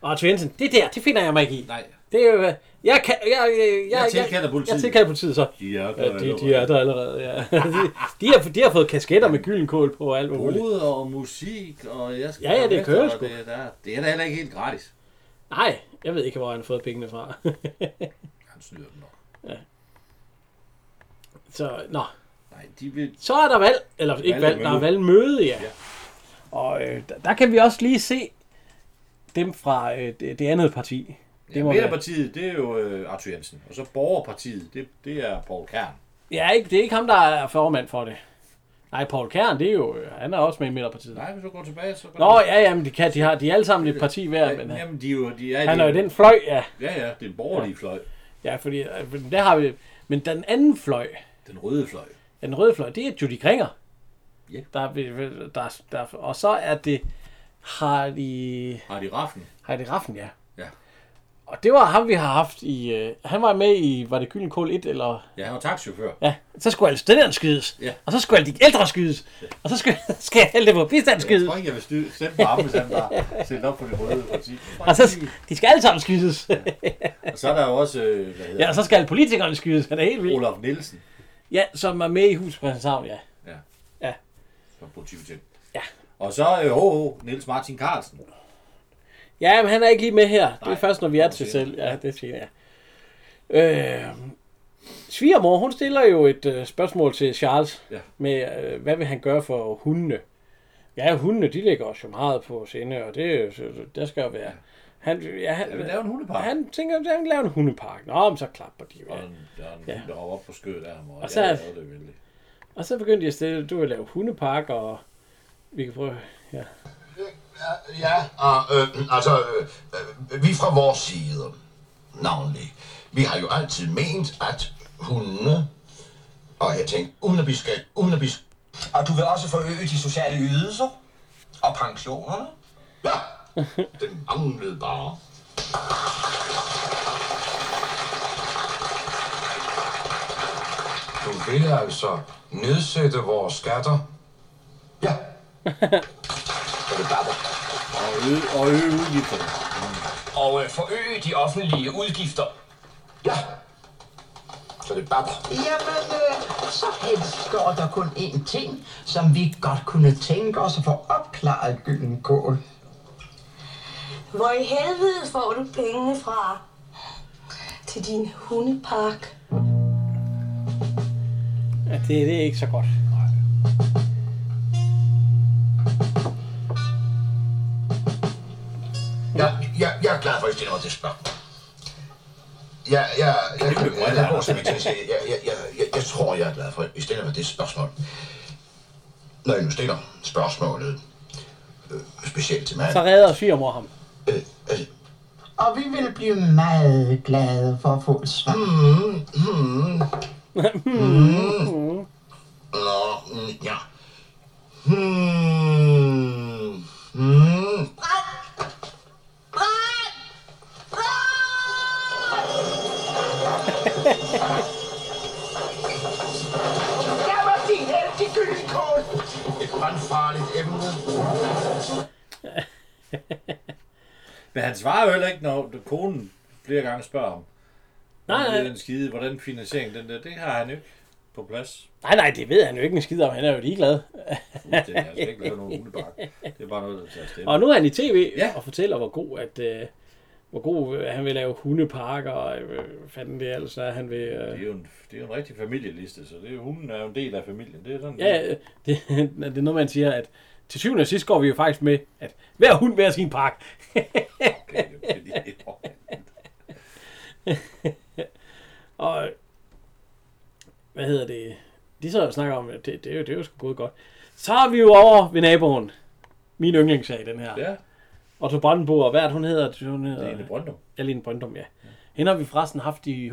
Og til Jensen, det der, det finder jeg mig ikke i. Nej. Det er jo... Jeg, jeg, jeg, jeg, jeg, tilkalder politiet. Jeg tilkalder politiet så. De er Ja, der de, de er der allerede, ja. <laughs> De, de, har, de har fået kasketter med gyldenkål på og alt muligt. Hoved og musik, og jeg skal Ja, ja, komme det efter, kører og sgu. Det, er der, det er da heller ikke helt gratis. Nej, jeg ved ikke, hvor han har fået pengene fra. <laughs> Han snyder dem nok. så, nå. Nej, de vil... Så er der valg, eller ikke valg, der er valgmøde, ja. Ja. Og øh, der, der kan vi også lige se dem fra øh, det, det andet parti. Ja, Det må være- Midterpartiet, det er jo øh, Arthur Jensen. Og så Borgerpartiet, det, det er Poul Kern. Ja, ikke, det er ikke ham, der er formand for det. Nej, Paul Kern, det er jo, øh, han er også med i Midterpartiet. Nej, hvis du går tilbage, så... går Nå, du- ja, ja, men de, kan, de har de er alle sammen et parti hver, men han, Jamen, de er jo... De er, han de, er jo i den fløj, ja. Ja, ja, det er en borgerlig fløj. Ja, fordi øh, men der har vi, men den anden fløj, Den røde fløj. ja, den røde fløj, det er Judy Kringer. Ja. Der, der, der, der, og så er det Hardy, Har de raffen? Hardy Raffen, ja. Ja. Og det var ham, vi har haft i... Øh, han var med i... Var det Gylden Kål 1, eller... Ja, han var taxichauffør. Ja, så skulle alle stederne skydes. Ja. Og så skulle alle de ældre skydes. Og så skal, <laughs> skal alle på bistand Jeg skydes. tror ikke, jeg vil styr, stemme på ham, hvis han bare stiller op på det røde parti. <laughs> Og så, de skal alle sammen skydes. Og så er der jo også, øh, hvad hedder ja, og så skal alle politikerne skydes. Han er helt han? vildt. Olaf Nielsen Ja, som er med i Huset på Christianshavn, ja. som politibetjent. Ja. Og så øh, HH, Niels Martin Carlsen. Ja, men han er ikke lige med her. Det er Nej, først, når vi er kommer til senere. selv. Ja, det siger jeg. Øh, svigermor, hun stiller jo et øh, spørgsmål til Charles. Ja. Med, øh, hvad vil han gøre for hundene? Ja, hundene, de ligger os jo meget på sinde, og det, er jo- så- der skal jo være... Han, ja, han, Jeg vil lave en hundepark. Han... han tænker, at han vil lave en hundepark. Nå, men så klapper de jo. Og Ja. en- der er en Ja. hund, der hopper op på skødet af ham. Og, Og og så så... er- Jeg lavede det vildt. Og så begyndte de at stille, du vil lave hundepark, og vi kan prøve... Ja. Ja, og, øh, altså, øh, øh, vi fra vores side, navnlig, vi har jo altid ment, at hundene, og jeg tænkte, uden at vi skal, uden at vi skal, Og du vil også forøge de sociale ydelser og pensionerne. ja, den manglede bare. Du vil altså nedsætte vores skatter. Ja, <laughs> Det er bare Og øge, og øge udgifterne. og øh, forøge de offentlige udgifter. ja, så det bare Jamen, øh, så henstår der kun én ting, som vi godt kunne tænke os at få opklaret Gyldenkål. Hvor i helvede får du pengene fra? Til din hundepark. Ja, det, det er ikke så godt. Ja, jeg, jeg er glad for, at I stiller mig det spørgsmål. Ja, ja, jeg, jeg, jeg, jeg, går simpelthen til at sige, jeg, jeg, jeg, jeg, jeg tror, jeg er glad for, at I stiller mig det spørgsmål. Når I nu stiller spørgsmålet, øh, specielt til mig, øh, altså, Så redder svigermor ham. Og vi vil blive meget glade for at få et svar. Mm. Nå, mm, ja. Hmm. Hmm. Men han svarer jo heller ikke, når konen flere gange spørger ham. Nej, nej. nej. Den skide, hvordan finansieringen den der, det har han jo ikke på plads. Nej, nej, det ved han jo ikke en skid om. Han er jo ligeglad. Fuldstændig. Han skal altså ikke lave nogen <laughs> hundebark. Det er bare noget, der tager stemme. Og nu er han i tv ja. og fortæller, hvor god, at, øh, hvor god øh, han vil lave hundeparker og øh, fanden det altså, er, han vil... Øh, Det er jo en, det er jo en rigtig familieliste, så det er jo, hunden er jo en del af familien. Det er sådan, Ja, øh, det, <laughs> det er noget, man siger, at til syvende og sidst går vi jo faktisk med, at hver hund hver sin park. <laughs> og hvad hedder det? De så og snakker om, at det, det, er jo, det er jo sgu gået godt. Så er vi jo over ved naboen. Min yndlingssag, den her. Ja. Otto Brandenburg, og hvad hun hedder? Hun hedder Lene Brøndum. Ja, Lene Brøndum, ja. Hende har vi forresten haft i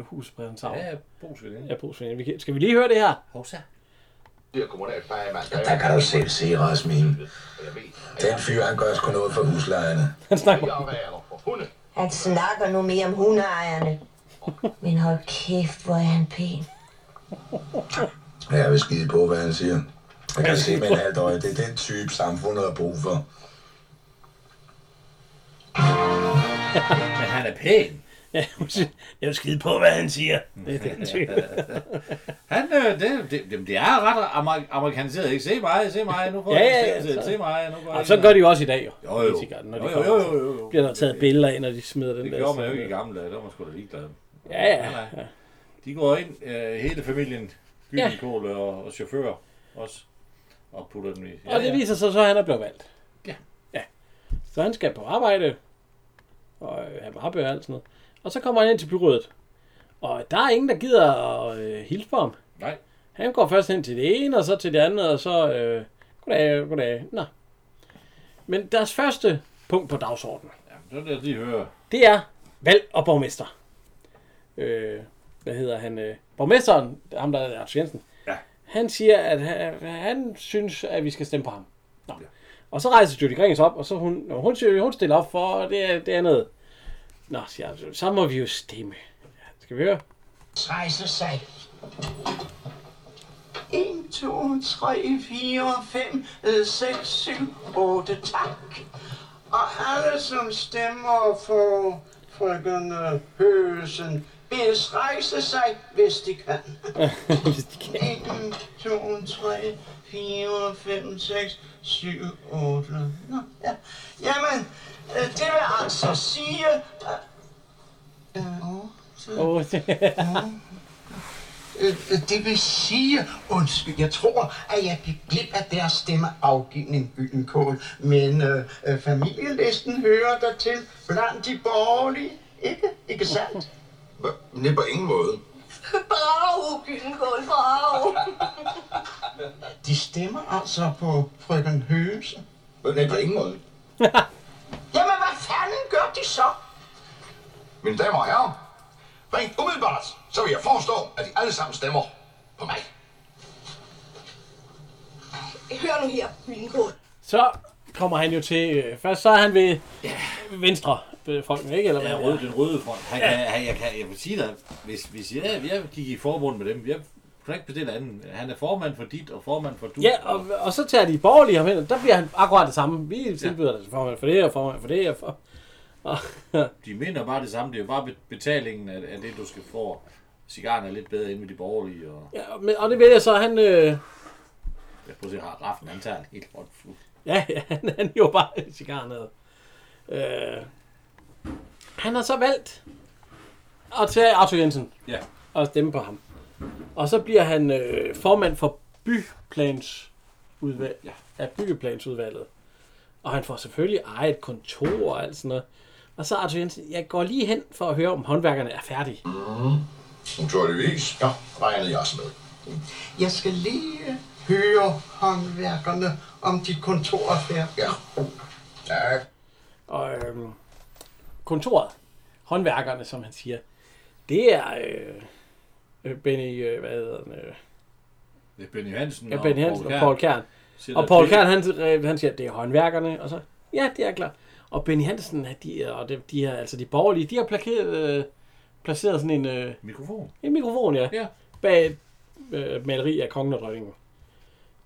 huspræsentationen. Ja, ja, Brugs ved det. Ja, Brugs ved det. Skal vi lige høre det her? Hovsa. Det er kommunalt fejlmand. <laughs> Der kan du selv se, Rasmin. Den fyr, han gør sgu noget for huslejerne. Han snakker Han snakker nu mere om hundeejerne. Men hold kæft, hvor er han pæn. Ja, jeg vil skide på, hvad han siger. Jeg kan se med en halvt øje, det er den type, samfundet har brug for. Men han er pæn. Ja, <laughs> hun siger, jeg vil skide på, hvad han siger. Det er det, han siger. Han, øh, det, det, det, det er ret amer- amerikaniseret, ikke? Se mig, se mig, nu får Ja, jeg ja, se, ja. se mig, nu går Og jeg så ind gør og- de jo også i dag, jo. Jo, jo. Politikerne, Når de Jo, jo, kommer jo, til- jo, jo, jo. Bliver der taget billeder ind, når de smider den Det der. gjorde man jo ikke i gamle dage, der var man sgu da ligeglad. Ja, ja, Nej, nej. ja. De går ind, øh, hele familien, Ja. gyldenkål og, og chauffør også, og putter dem i. Og det viser sig så, at han er blevet valgt. Ja. Ja. Så han skal på arbejde, og øh, have mappe og alt sådan noget. Og så kommer han ind til byrådet. Og der er ingen, der gider at øh, hilse på ham. Nej. Han går først hen til det ene, og så til det andet, og så... Øh, goddag, goddag. Nå. Men deres første punkt på dagsordenen, Så lad os lige høre. det er valg og borgmester. Øh, hvad hedder han? Øh, borgmesteren, ham der er Arthur Jensen, Ja. han siger, at han, han synes, at vi skal stemme på ham. Nå. Og så rejser Judy Grings op, og så hun, og hun, siger, hun stiller op for, og det, er- det er noget. Nå, siger jeg, så må vi jo stemme. Skal vi høre? Rejse sig. 1, 2, 3, 4, 5, 6, 7, 8, tak. Og alle, som stemmer for frøkerne Høsen, bedes rejse sig, hvis de kan. 1, 2, 3, 4, 5, 6, 7, 8. Nå, ja. Jamen, øh, det vil altså sige... Øh, øh, så- Øh, øh, Det vil sige, undskyld, jeg tror, at jeg gik glip af deres stemmeafgivning, Gyldenkål. Men øh, øh, familielisten hører der til blandt de borgerlige, ikke? Ikke sandt? Nej, på ingen måde. Bravo, Gyldenkål, bravo. De stemmer altså på frøken Høse. Nej, på ingen måde. Jamen, hvad fanden gør de så? Mine damer og herrer, rent umiddelbart, så vil jeg forestå, at I alle sammen stemmer på mig. Hør nu her, Gyldenkål. Så kommer han jo til, øh, først så er han ved yeah. venstre øh, folkene, ikke? Eller hvad? Ja, rød, den røde front. Han, ja. han, jeg, kan, jeg vil sige dig, hvis, hvis jeg, jeg gik i forbund med dem, jeg kunne ikke bestille anden. Han er formand for dit og formand for du. Ja, og, og så tager de borgerlige ham hen, og der bliver han akkurat det samme. Vi tilbyder ja. dig formand for det, og formand for det, og for... Og, De mener bare det samme. Det er jo bare be- betalingen af, af det, du skal få. Cigaren er lidt bedre end med de borgerlige. Og, ja, men, og det vælger så, han... Øh, jeg prøver at se, har Raffen, han tager en helt hårdt fuld. ja, <laughs> ja, han, han jo bare en cigar ned. Øh, han har så valgt at tage Arthur Jensen Ja. og stemme på ham. Og så bliver han øh, formand for byplansudvalg, ja. af byggeplansudvalget. Og han får selvfølgelig eget kontor og alt sådan noget. Og så Arthur Jensen, jeg går lige hen for at høre, om håndværkerne er færdige. Mm. Naturligvis. Ja, regnede jeg også med. Jeg skal lige høre håndværkerne om de kontorer her. Ja. Ja. Og øhm, kontoret, håndværkerne, som han siger, det er øh, øh, Benny, øh, hvad hedder han, øh, Det er Benny Hansen ja, Benny Hansen og Kjær. Paul Kern. Sætter Og Paul pille. Kern, han, øh, han siger, det er håndværkerne, og så, ja, det er klart. Og Benny Hansen, han- de, er- og de, de er, altså de borgerlige, de har plakeret, øh, placeret sådan en... Øh, mikrofon. En mikrofon, ja. ja. Bag et, øh, maleri af kongen og dronningen.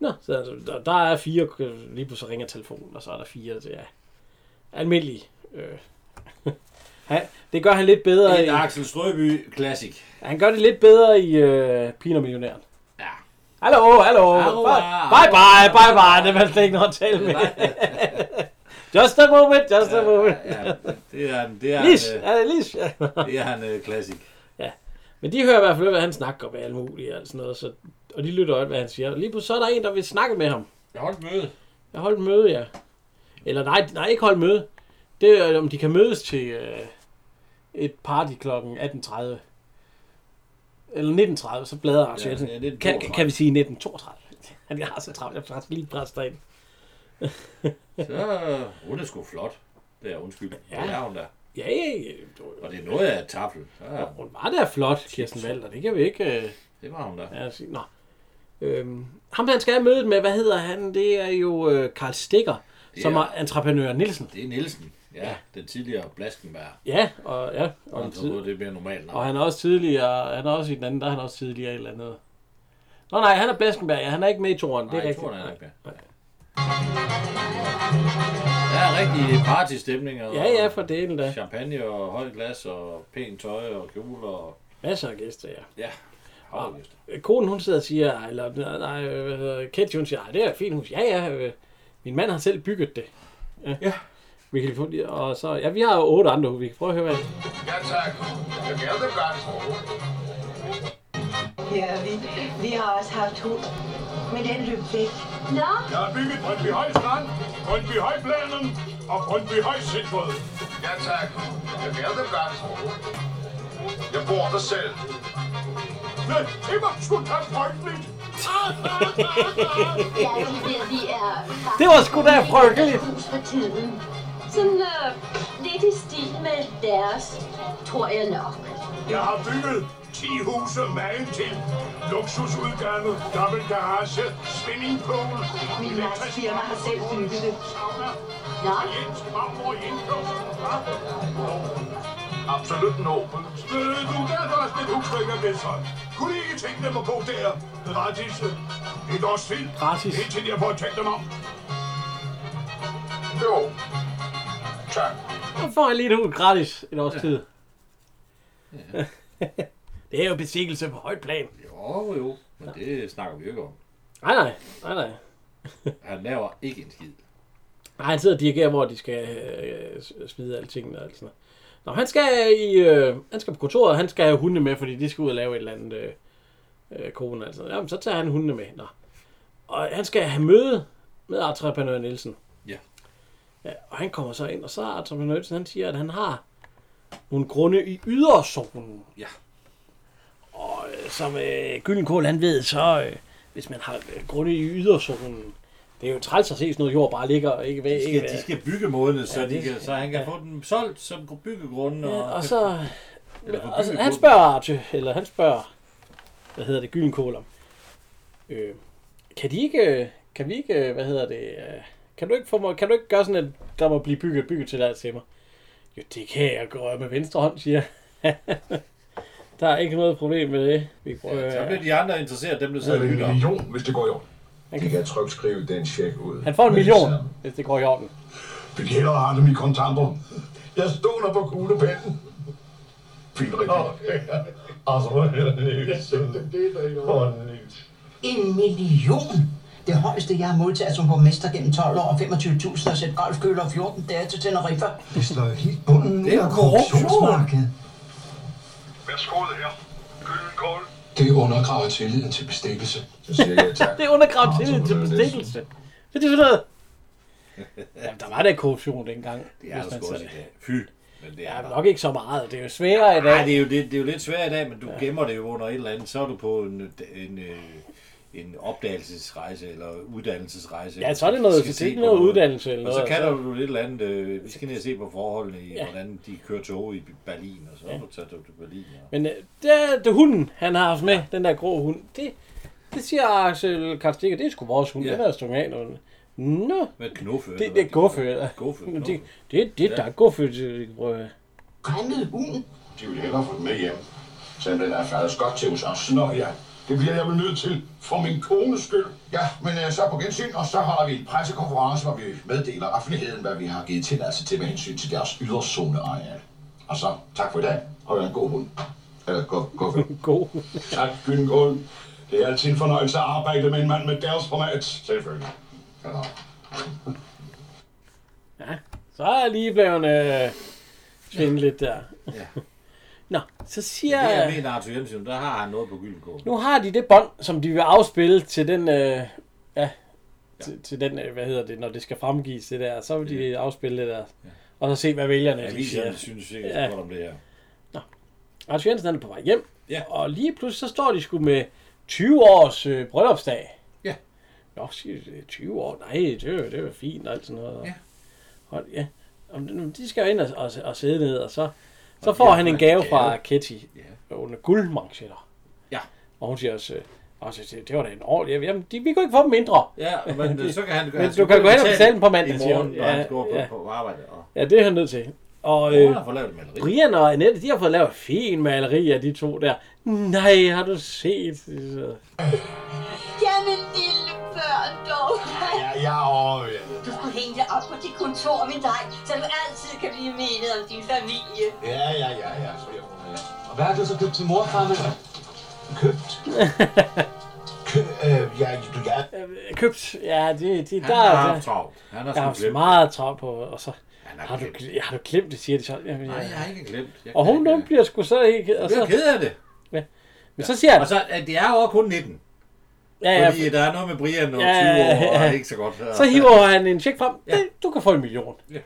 Nå, så er der, der, der er fire, øh, lige pludselig ringer telefonen, og så er der fire, så ja. almindelig. Øh. <laughs> han, det gør han lidt bedre En Axel Strøby Classic. Han gør det lidt bedre i øh, Pigen og Millionæren. <laughs> Ja. Hallo, hallo. Hallo, Bye, hallo. bye, bye, bye, bye. Det var slet ikke noget at tale med. just a moment, just a moment. Ja, det er en, det er Lis, en, er det Lis? det er en øh, klassik. Ja. Men de hører i hvert fald, hvad han snakker om alt muligt og sådan noget. Så, og de lytter også, hvad han siger. Og lige pludselig så er der en, der vil snakke med ham. Jeg holdt møde. Jeg holdt møde, ja. Eller nej, nej ikke holdt møde. Det er, om de kan mødes til øh, et party kl. 18.30. Eller 19.30, så bladrer jeg. Ja, Ja, ja, det er kan, 1932. kan vi sige 19.32? <laughs> Han har så travlt, jeg skal lige presse dig ind. Så hun er sgu flot. Det er undskyld. Ja. Det er hun der. Ja, ja, ja. Og det er noget af et tafel. Ja. Hun var der flot, Kirsten Valder. Det kan vi ikke... Øh, det var hun der. Ja, sige. Nå. Øhm, ham, han skal have mødet med, hvad hedder han? Det er jo øh, Karl Stikker, Det som er- er entreprenør Nielsen. Det er Nielsen. Ja, den tidligere Blaskenberg. Ja, og ja. Og, Og en han tid, troede, det er mere normalt. og han er også tidligere, han er også i den anden, der er han også tidligere et eller andet. Nå nej, han er Blaskenberg, ja, han er ikke med i toren, det er Nej, rigtigt. Toren er han ikke Der er rigtig partystemning. Og Ja, ja, for delen da. Champagne og højt glas og pænt tøj og kjole og... Masser af gæster, ja. Ja, Og højt øh, konen, hun sidder og siger, "Ej, eller nej, nej, øh, hvad hedder det, Ketty, hun siger, "Ej, det er et fint hus. Ja, ja, øh, min mand har selv bygget det. Ja. ja. Vi kan få det, og så, ja, vi har jo otte andre hus, vi kan prøve at høre, hvad Ja, tak. Jeg gør det godt. Ja, vi, vi har også haft hund, men den løb væk. Nå? Jeg har bygget Brøndby Høj Strand, Brøndby Højplanen og Brøndby Høj Sindfod. Ja, tak. Jeg gør det godt. Jeg bor der selv. Men det var sgu da frygteligt. Ah, Ja, de der, de er... Det var sgu da frygteligt. Hus for tiden. Sådan øh, lidt i stil med deres, tror jeg nok. Jeg har bygget 10 huse magen til. Luksusudgange, dobbelt garage, swimmingpool. Min mands firma har selv bygget det. Nå? Absolut en Opel. Øh, du, der er også lidt udtryk af Vestholm. Kunne I ikke tænke dem at bo der? Gratis. øh, Et års tid. Gratis. Indtil jeg får talt dem om. Jo. Tak. Så får jeg lige et hus gratis en års tid. Ja. <laughs> det er jo besikkelse på højt plan. Jo, jo. Men det snakker vi jo ikke om. Nej, nej, nej, nej. Han laver ikke en skid. Nej, han sidder og dirigerer, hvor de skal øh, s- smide alting og alt sådan noget. Nå, han skal, i, øh, han skal på kontoret, og han skal have hunde med, fordi de skal ud og lave et eller andet øh, øh, kone og alt sådan noget. Jamen, så tager han hundene med. Nå. Og han skal have møde med entreprenør Nielsen. Ja. ja. Og han kommer så ind, og så er entreprenør Nielsen, han siger, at han har nogle grunde i yderzonen. Ja. Og øh, som øh, Gyllenkål, han ved, så øh, hvis man har øh, grunde i yderzonen, det er jo træls at se sådan noget jord bare ligger og ikke væk. De ikke skal, væk. de skal bygge måneden, så, Ja, de det- kan, så han kan få den solgt som byggegrunde. Ja, Og, og så... Eller på Og så, han byggegrund. spørger Archie, eller han spørger, hvad hedder det, Gyllenkål om. Øh, kan de ikke, kan vi ikke, hvad hedder det, øh, kan du ikke, få mig, kan du ikke gøre sådan, at der må blive bygget bygget til dig til mig? Jo, det kan jeg gøre med venstre hånd, siger han. <laughs> Der er ikke noget problem med det. Øh, Vi prøver, Så ja, bliver de andre interesseret, dem der Så er sidder og det en lytter. million, hvis det går i år. Han De kan trygt skrive den check ud. han får en <laughs> million, hvis det går i orden. Vil de hellere have dem i kontanter? Jeg stoler på kuglepinden. Fint rigtigt. <laughs> Altså, hvor er det En million? Det højeste, jeg har modtaget som borgmester gennem 12 år og 25.000 og sæt golfkøler og 14 dage til Tenerife. Mm, Det slår jo helt bunden Det er af korruption. korruptionsmarkedet. Det undergraver tilliden til bestikkelse. Så siger jeg tak. Det undergraver tilliden til bestikkelse. Det er sådan noget. Jamen, der var da korruption dengang. Det er hvis der man sgu også ser i det. dag. Fy. Men det er Ja, der. nok ikke så meget. Det er jo sværere i dag. Nej, det er jo, det, det er jo lidt svært i dag, men du ja. gemmer det jo under et eller andet. Så er du på en, en, øh, en opdagelsesrejse eller uddannelsesrejse. Ja, så er det noget- Skal så er se det på noget uddannelse eller Og så noget, kan så- du et eller andet. Øh, vi skal ned og se på forholdene i, Ja. ja. hvordan de kører tog i Berlin, og så ja. tager du til Berlin. Og... Men øh, det, det hunden, han har haft med, ja. den der grå hund, det, det siger Axel Karstikker, det er sgu vores hund, ja. Ja. den er stukkanerne. Nå, Med knuffe. det, det er guffe. eller- Guffe, Men Det, knuffe. det, det Ja. der er guffe. til- bror. Fremmed hund? De vil hellere få den med hjem. Selvom den er faldet godt til hos os. Nå ja. Det bliver jeg vel nødt til, for min kones skyld. Ja, men øh, så på gensyn, og så har vi en pressekonference, hvor vi meddeler offentligheden, hvad vi har givet tilladelse til med hensyn til deres yderzoneareal. Og så tak for i dag, og en god hund. Eller god, god hund. god <laughs> Tak, Gyngård. Det er altid en fornøjelse at arbejde med en mand med deres format. Selvfølgelig. Ja. Ja, så er jeg lige blevet øh, svindet lidt der. Ja. Nå, så Ja. siger Det jeg jeg... mener, Arthur Jensen, der har han noget på Gyldenkål. Nu har de det bånd, som de vil afspille til den... Øh, ja, til, til den, øh, hvad hedder det, når det skal fremgives det der. Så vil de afspille det der. Og så se, hvad vælgerne de Aviserne synes sikkert ja. godt om det her. Arthur Jensen han er på vej hjem, ja. og lige pludselig så står de sgu med 20 års øh, bryllupsdag. Ja. Nå, siger de, 20 år, nej, det var, det var fint og alt sådan noget. Ja. Og, ja. Om det- De skal jo ind og, og, og sidde ned, og så, så Og får de han har en en gave gave. fra Ketty ja. under guldmanchetter. Ja. Og hun siger også, øh, og så siger, det var da en ordentlig, jamen, de, vi kan jo ikke få dem mindre. Ja, <laughs> men, øh, så kan han- men han du skal kan gå hen og betale betale dem på mandag, i siger morgen, hun. når han skal over på- på arbejde, og- Ja, det er han nødt til. Og Åh, øh, han har fået lavet et maleri. Brian og Annette, de har fået lavet et fint maleri af de to der. Nej, har du set? Jamen, lille børn dog. Ja, ja, og... øh, Ja. Du skulle hænge dig op på dit kontor, min dreng, så du altid kan blive menet om din familie. Ja, ja, ja, ja. øh, Og hvad har du så købt til mor, farmand? Købt? Kø, øh, ja, du, ja. Købt, ja, det, det Han der, har der- haft travlt. Han har jeg sgu har haft glemt meget travlt på, og så har har, du, glemt gl- har du glemt det, siger de så. Jamen, Nej, ja. jeg har ikke glemt. Jeg og hun, hun bliver sgu så ikke ked. og Jeg bliver så- ked af det. Ja. Men så siger han, Og så, at det er jo også kun 19. Ja, ja. Fordi der er noget med Brian og 20 år, og det er ikke så godt. Så hiver han en check frem. Ja. Du kan få en million. Ja.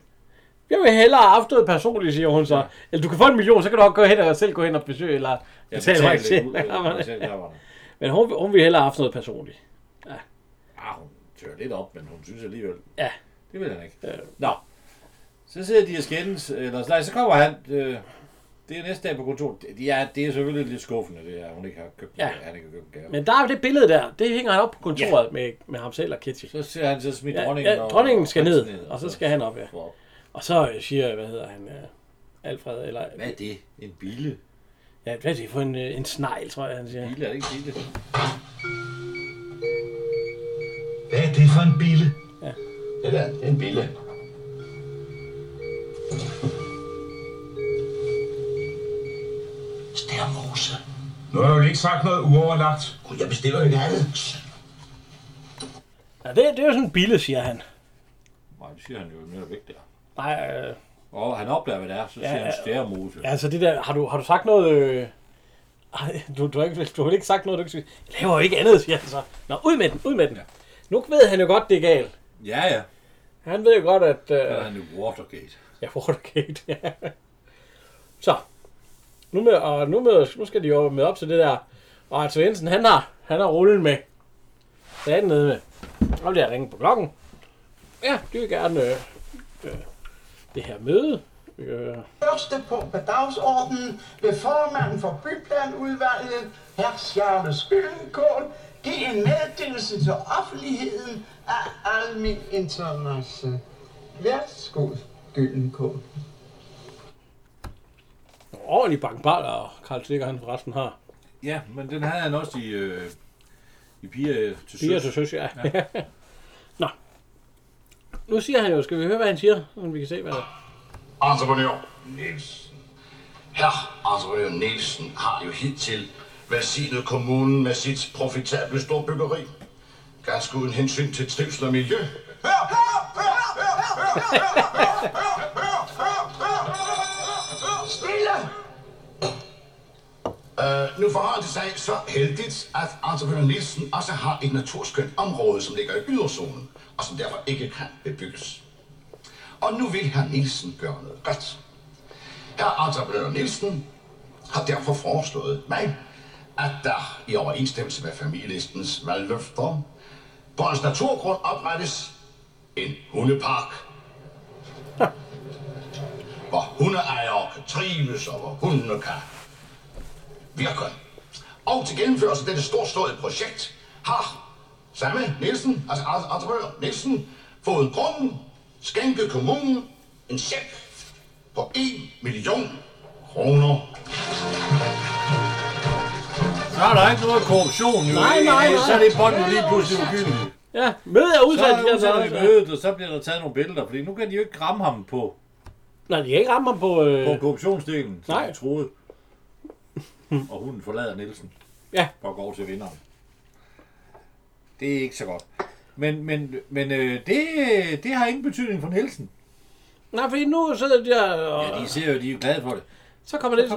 Jeg vil hellere afstå personligt, siger hun så. Ja. Eller du kan få en million, så kan du også gå hen og selv gå hen og besøge, eller Ja, betale betale mig det selv. ud, eller betale kammerne. Men hun, vil- hun vil hellere have noget personligt. Ah, hun tør lidt op, men hun synes alligevel. Ja. Det vil han ikke. Øh. Nå. Så sidder de og skændes, eller nej, så kommer han, øh, det er næste dag på kontoret. Det, de er, det er selvfølgelig lidt skuffende, det er, hun ikke har købt, Ja. ja. han ikke har købt en gave. Men der er jo det billede der, det hænger han op på kontoret ja. med, med ham selv og Kitty. Så ser han så smidt ja, dronningen Ja, og- dronningen og skal prinsen ned, ned, og så så- skal han op, ja. Wow. Og så øh, siger, hvad hedder han, øh, Alfred, eller... Hvad er det? En bille? Ja, hvad er det for en, øh, en snegl, tror jeg, han siger. Bille er det ikke bille. Hvad er det for en bille? Ja. Det der, det er en bille. Stærmose. Nu har jeg jo ikke sagt noget uoverlagt. Gud, jeg bestiller ikke andet. Ja, det, det er jo sådan en bille, siger han. Nej, det siger han jo netop ikke der. Nej, øh, Og han opdager, hvad det er, så Ja, siger han ja. stærmose. Ja, altså det der, har du, har du sagt noget... Øh, ej, du, du, har ikke, du har ikke sagt noget, du ikke synes. Jeg laver jo ikke andet, siger han så. Nå, ud med den, ud med den. Ja. Nu ved han jo godt, det er galt. Ja, ja. Han ved jo godt, at... Så er Øh, han jo Watergate. ja, Watergate, <laughs> ja. Så, nu, med, og nu, med, nu skal de jo med op til det der. Og Arthur Jensen, han har, han har rullen med. Så er den nede med. Og vil jeg ringe på klokken. Ja, de vil gerne øh, øh, det her møde. Øh, Første punkt på dagsordenen ved formanden for byplanudvalget, hr. Charles Gyllenkål, det er en meddelelse til offentligheden af almen interesse. Værsgo, Gyllenkål. ordentlig bankbar, og Karl Sikker han forresten har. Ja, men den havde han også i, øh, i piger øh, til Piger til søs, ja. <laughs> Nå. Nu siger han jo, skal vi høre, hvad han siger, så vi kan se, hvad der Entreprenør Nielsen. Her entreprenør Nielsen har jo hidtil velsignet kommunen med sit profitable storbyggeri. Ganske uden hensyn til trivsel og miljø. Stille! Uh, nu forholder det sig så heldigt, at entreprenør Nielsen også har et naturskønt område, som ligger i yderzonen, og som derfor ikke kan bebygges. Og nu vil herr Nielsen gøre noget godt. Herr entreprenør Nielsen har derfor foreslået mig, at der i overensstemmelse med familielistens valgløfter, på hans naturgrund oprettes en hundepark. Hvor hundeejere kan trives, og hvor hundene kan virke. Og til gennemførelse af dette storslåede projekt har samme Nielsen, altså en- entreprenør Nielsen, fået grunden, skænket kommunen en check på 1 million kroner. Så Så er der ikke noget korruption jo. Nej, nej, nej. Så er det bånd jo lige pludselig ugyldigt. Ja, møde er udsat. Så er udsat de her i sager. mødet, og så bliver der taget nogle billeder, fordi nu kan de jo ikke ramme ham på... Nej, de kan ikke ramme ham på... Øh... På korruptionsdelen, som Nej. de troede. <laughs> og hunden forlader Nielsen. Ja. Og går til vinderen. Det er ikke så godt. Men, men, men øh, det, det har ingen betydning for Nielsen. Nej, fordi nu sidder de her og... Ja, de ser jo, de er jo glade for det. Så kommer det.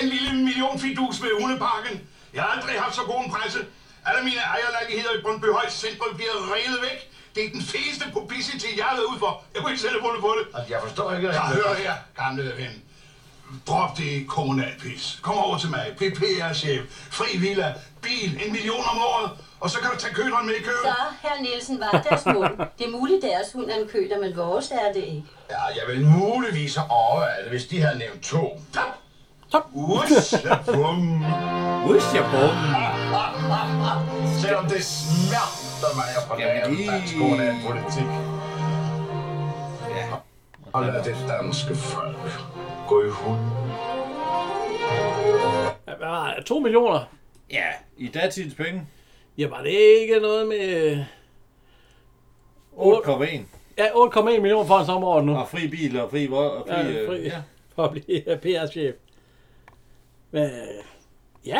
Den lille millionfidus ved hundeparken. Jeg har aldrig haft så god en presse. Alle mine ejerlejligheder i Brøndby Højs centrum bliver revet væk. Det er den fedeste publicity, jeg har været ud for. Jeg kunne ikke selv have fundet på det. Altså, jeg forstår ikke... Jeg hører her, gamle ven. Drop det kommunalpis. Kom over til mig. PPR-chef. Fri villa. Bil. En million om året. Og så kan du tage køderen med i køen. Så, herr Nielsen, var deres mål. Det er muligt, deres hund er en køter, men vores er det ikke. Ja, jeg vil muligvis altså, have overvejet det, hvis de havde nævnt to. Top! Top! Usjabum! Usjabum! Selvom det smerter mig at forlade den danske kommunalpolitik. Ja. Og lad det danske folk gå i hund. Ja, hvad var det? To millioner? Ja, i datidens penge. Ja, var det ikke noget med... øh, 8,1. Ja, 8,1 millioner for en sommerår nu. Og fri bil og fri... vo- Og fri, Ja, øh, fri, ja. ja. For at blive <laughs> PR-chef. Men, øh, ja.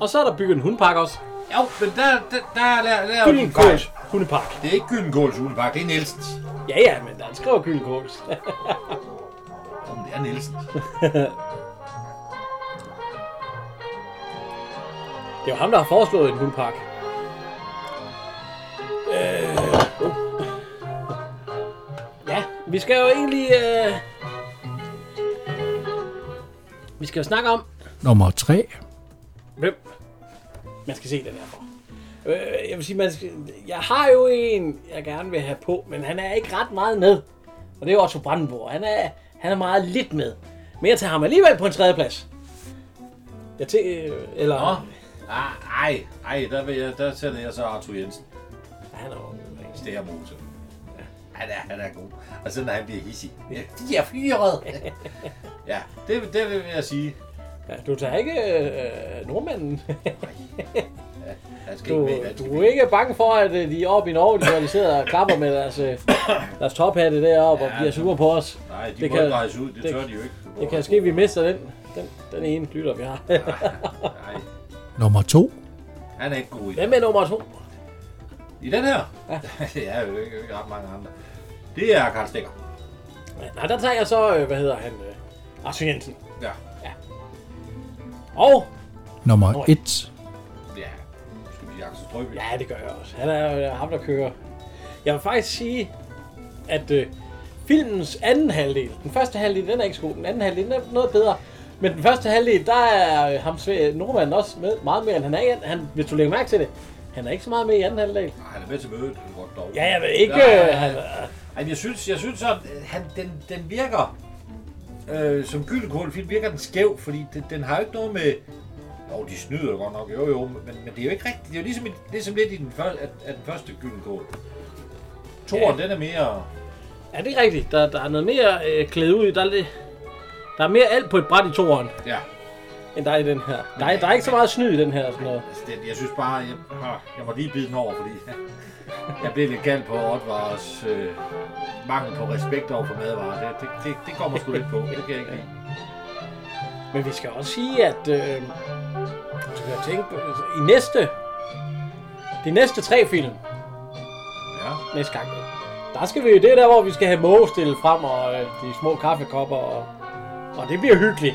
Og så er der bygget en hundpark også. Jo, men der, der, der, der, der Gyldenkåls hundepark. Det er ikke Gyldenkåls hundepark, det er Nielsens. Ja, ja, men han skriver Gyldenkåls. <laughs> Jamen, det er Nielsen. Det er jo ham, der har foreslået en hundpark. Øh, uh. Ja, vi skal jo egentlig... Øh... Vi skal jo snakke om, Nummer 3. hvem man skal se den her for. Øh, Jeg vil sige, man skal... jeg har jo en, jeg gerne vil have på, men han er ikke ret meget med. Og det er jo Otto Brandenburg. Han er, han er meget lidt med. Men jeg tager ham alligevel på en tredjeplads. Jeg tæ... øh, Eller... Nå. Ah, ej, ej, der, vil jeg, der sender jeg så Arthur Jensen. Han er jo... Stærmose. Han er, han er god. Og så når han bliver hissig. Ja, de er fyret. ja, det, det vil jeg sige. Ja, du tager ikke øh, nordmanden. Han skal Du, ikke med i dansk. du er ikke bange for, at øh, de oppe i Norge, de, hvor de sidder og klapper med deres, øh, deres tophatte deroppe ja, og Ja, bliver det- sure på os. Nej, de må ikke rejse ud. Det tør de jo ikke. Det kan ske, at vi mister den, den, den ene lytter, vi har. Nummer 2. Han er ikke god i det. Hvem er nummer to? I den her? <laughs> Ja. jeg er jo ikke, ikke ret mange andre. Det er Karl Stikker. Nej, der tager jeg så, øh, hvad hedder han? Øh, Arthur Jensen. Ja. Og, Nummer 1. Ja. Skal vi Jakob Strøby? ja, det gør jeg også. Han er øh, ham, der kører. Jeg vil faktisk sige, at øh, filmens anden halvdel, den første halvdel, den er ikke så god. Den anden halvdel, den er noget bedre. Men den første halvdel, der er øh, ham sve- nordmanden også med meget mere, end han er i anden. Han, hvis du lægger mærke til det, han er ikke så meget med i anden halvdel. Nej, Ah, han er med til mødet. Det er godt dog. Ja, jeg ved ikke, Ja, øh, han- Ej, men jeg synes, jeg synes at øh, han, den, den virker... Øh, som gyldekålfilm virker den skæv, fordi den, den har jo ikke noget med... Jo, de snyder jo godt nok, jo jo, men, men det er jo ikke rigtigt. Det er jo ligesom, i- ligesom lidt i den første, at, at den første gyldenkål. Toren, den er mere... Ja, det er rigtigt. Der, der er noget mere øh, klæde ud. i. Der er, lidt, der er mere alt på et bræt i toren, Ja, end der er i den her. Der er, der er ikke så meget snyd i den her. og Sådan noget. altså den, jeg synes bare, jeg, ah, jeg må lige bide den over, fordi <laughs> jeg blev lidt galt på Ottvars øh, mangel på respekt over for madvarer. Det, det, det, det kommer sgu lidt på, det kan jeg ikke lide. Men vi skal også sige, at øh, så kan jeg tænke på, altså, i næste, de næste tre film, Ja. næste gang, der skal vi, det er der, hvor vi skal have mågestillet frem og øh, de små kaffekopper, og, og det bliver hyggeligt.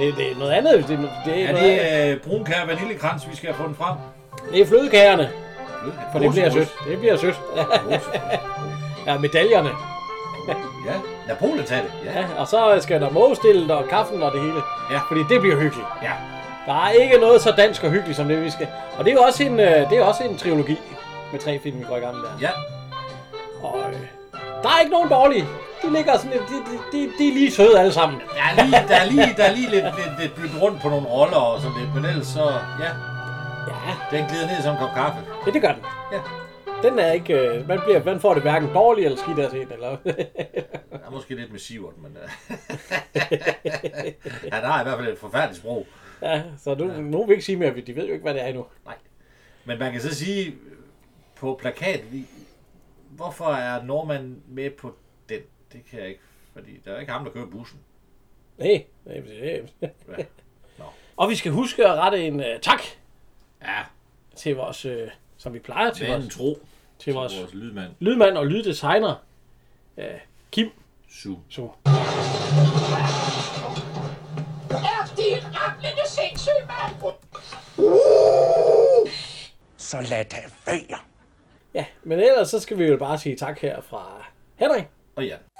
Det, det er noget andet. Det, det er, Er noget det andet. øh, brunkær og vaniljekrans, vi skal have fundet frem? det er flødekagerne, for det Mos, bliver mos. sødt. Det bliver sødt. ja, medaljerne. Ja, Napoleon tager det. Ja. Ja, og så skal der mågestillet og kaffen og det hele. Ja. Fordi det bliver hyggeligt. ja. Der er ikke noget så dansk og hyggeligt som det, vi skal. Og det er jo også en, øh, det er også en trilogi med tre film, vi går i gang med. Ja. Og øh, der er ikke nogen dårlige. De ligger sådan, lidt- de, de, de, de er lige søde alle sammen. Der er lige, der er lige, der er lige lidt, lidt, lidt byttet rundt på nogle roller og sådan lidt, men ellers så, ja. Ja. Den glider ned som en kop kaffe. Ja, det gør den. Ja. Den er ikke, øh, man, bliver, man får det hverken dårligt eller skidt at se den, eller er måske lidt med Sivert, men... øh, <laughs> han har i hvert fald et forfærdeligt sprog. <laughs> Ja, så nu, ja. nu vil vi ikke sige mere, for de ved jo ikke, hvad det er endnu. Nej. Men man kan så sige, på plakaten, i- hvorfor er Norman med på den? Det kan jeg ikke, fordi der er ikke ham, der kører bussen. Nej, nej, det er Ja. Og vi skal huske at rette en uh, tak. Ja. Til vores, uh, som vi plejer til Vanen vores, tro. til vores vores lydmand. lydmand og lyddesigner, uh, Kim Su. Su. Er det et rablende sindssyg, mand? Så lad det være. Ja, men ellers så skal vi jo bare sige tak her fra Henrik. Og ja.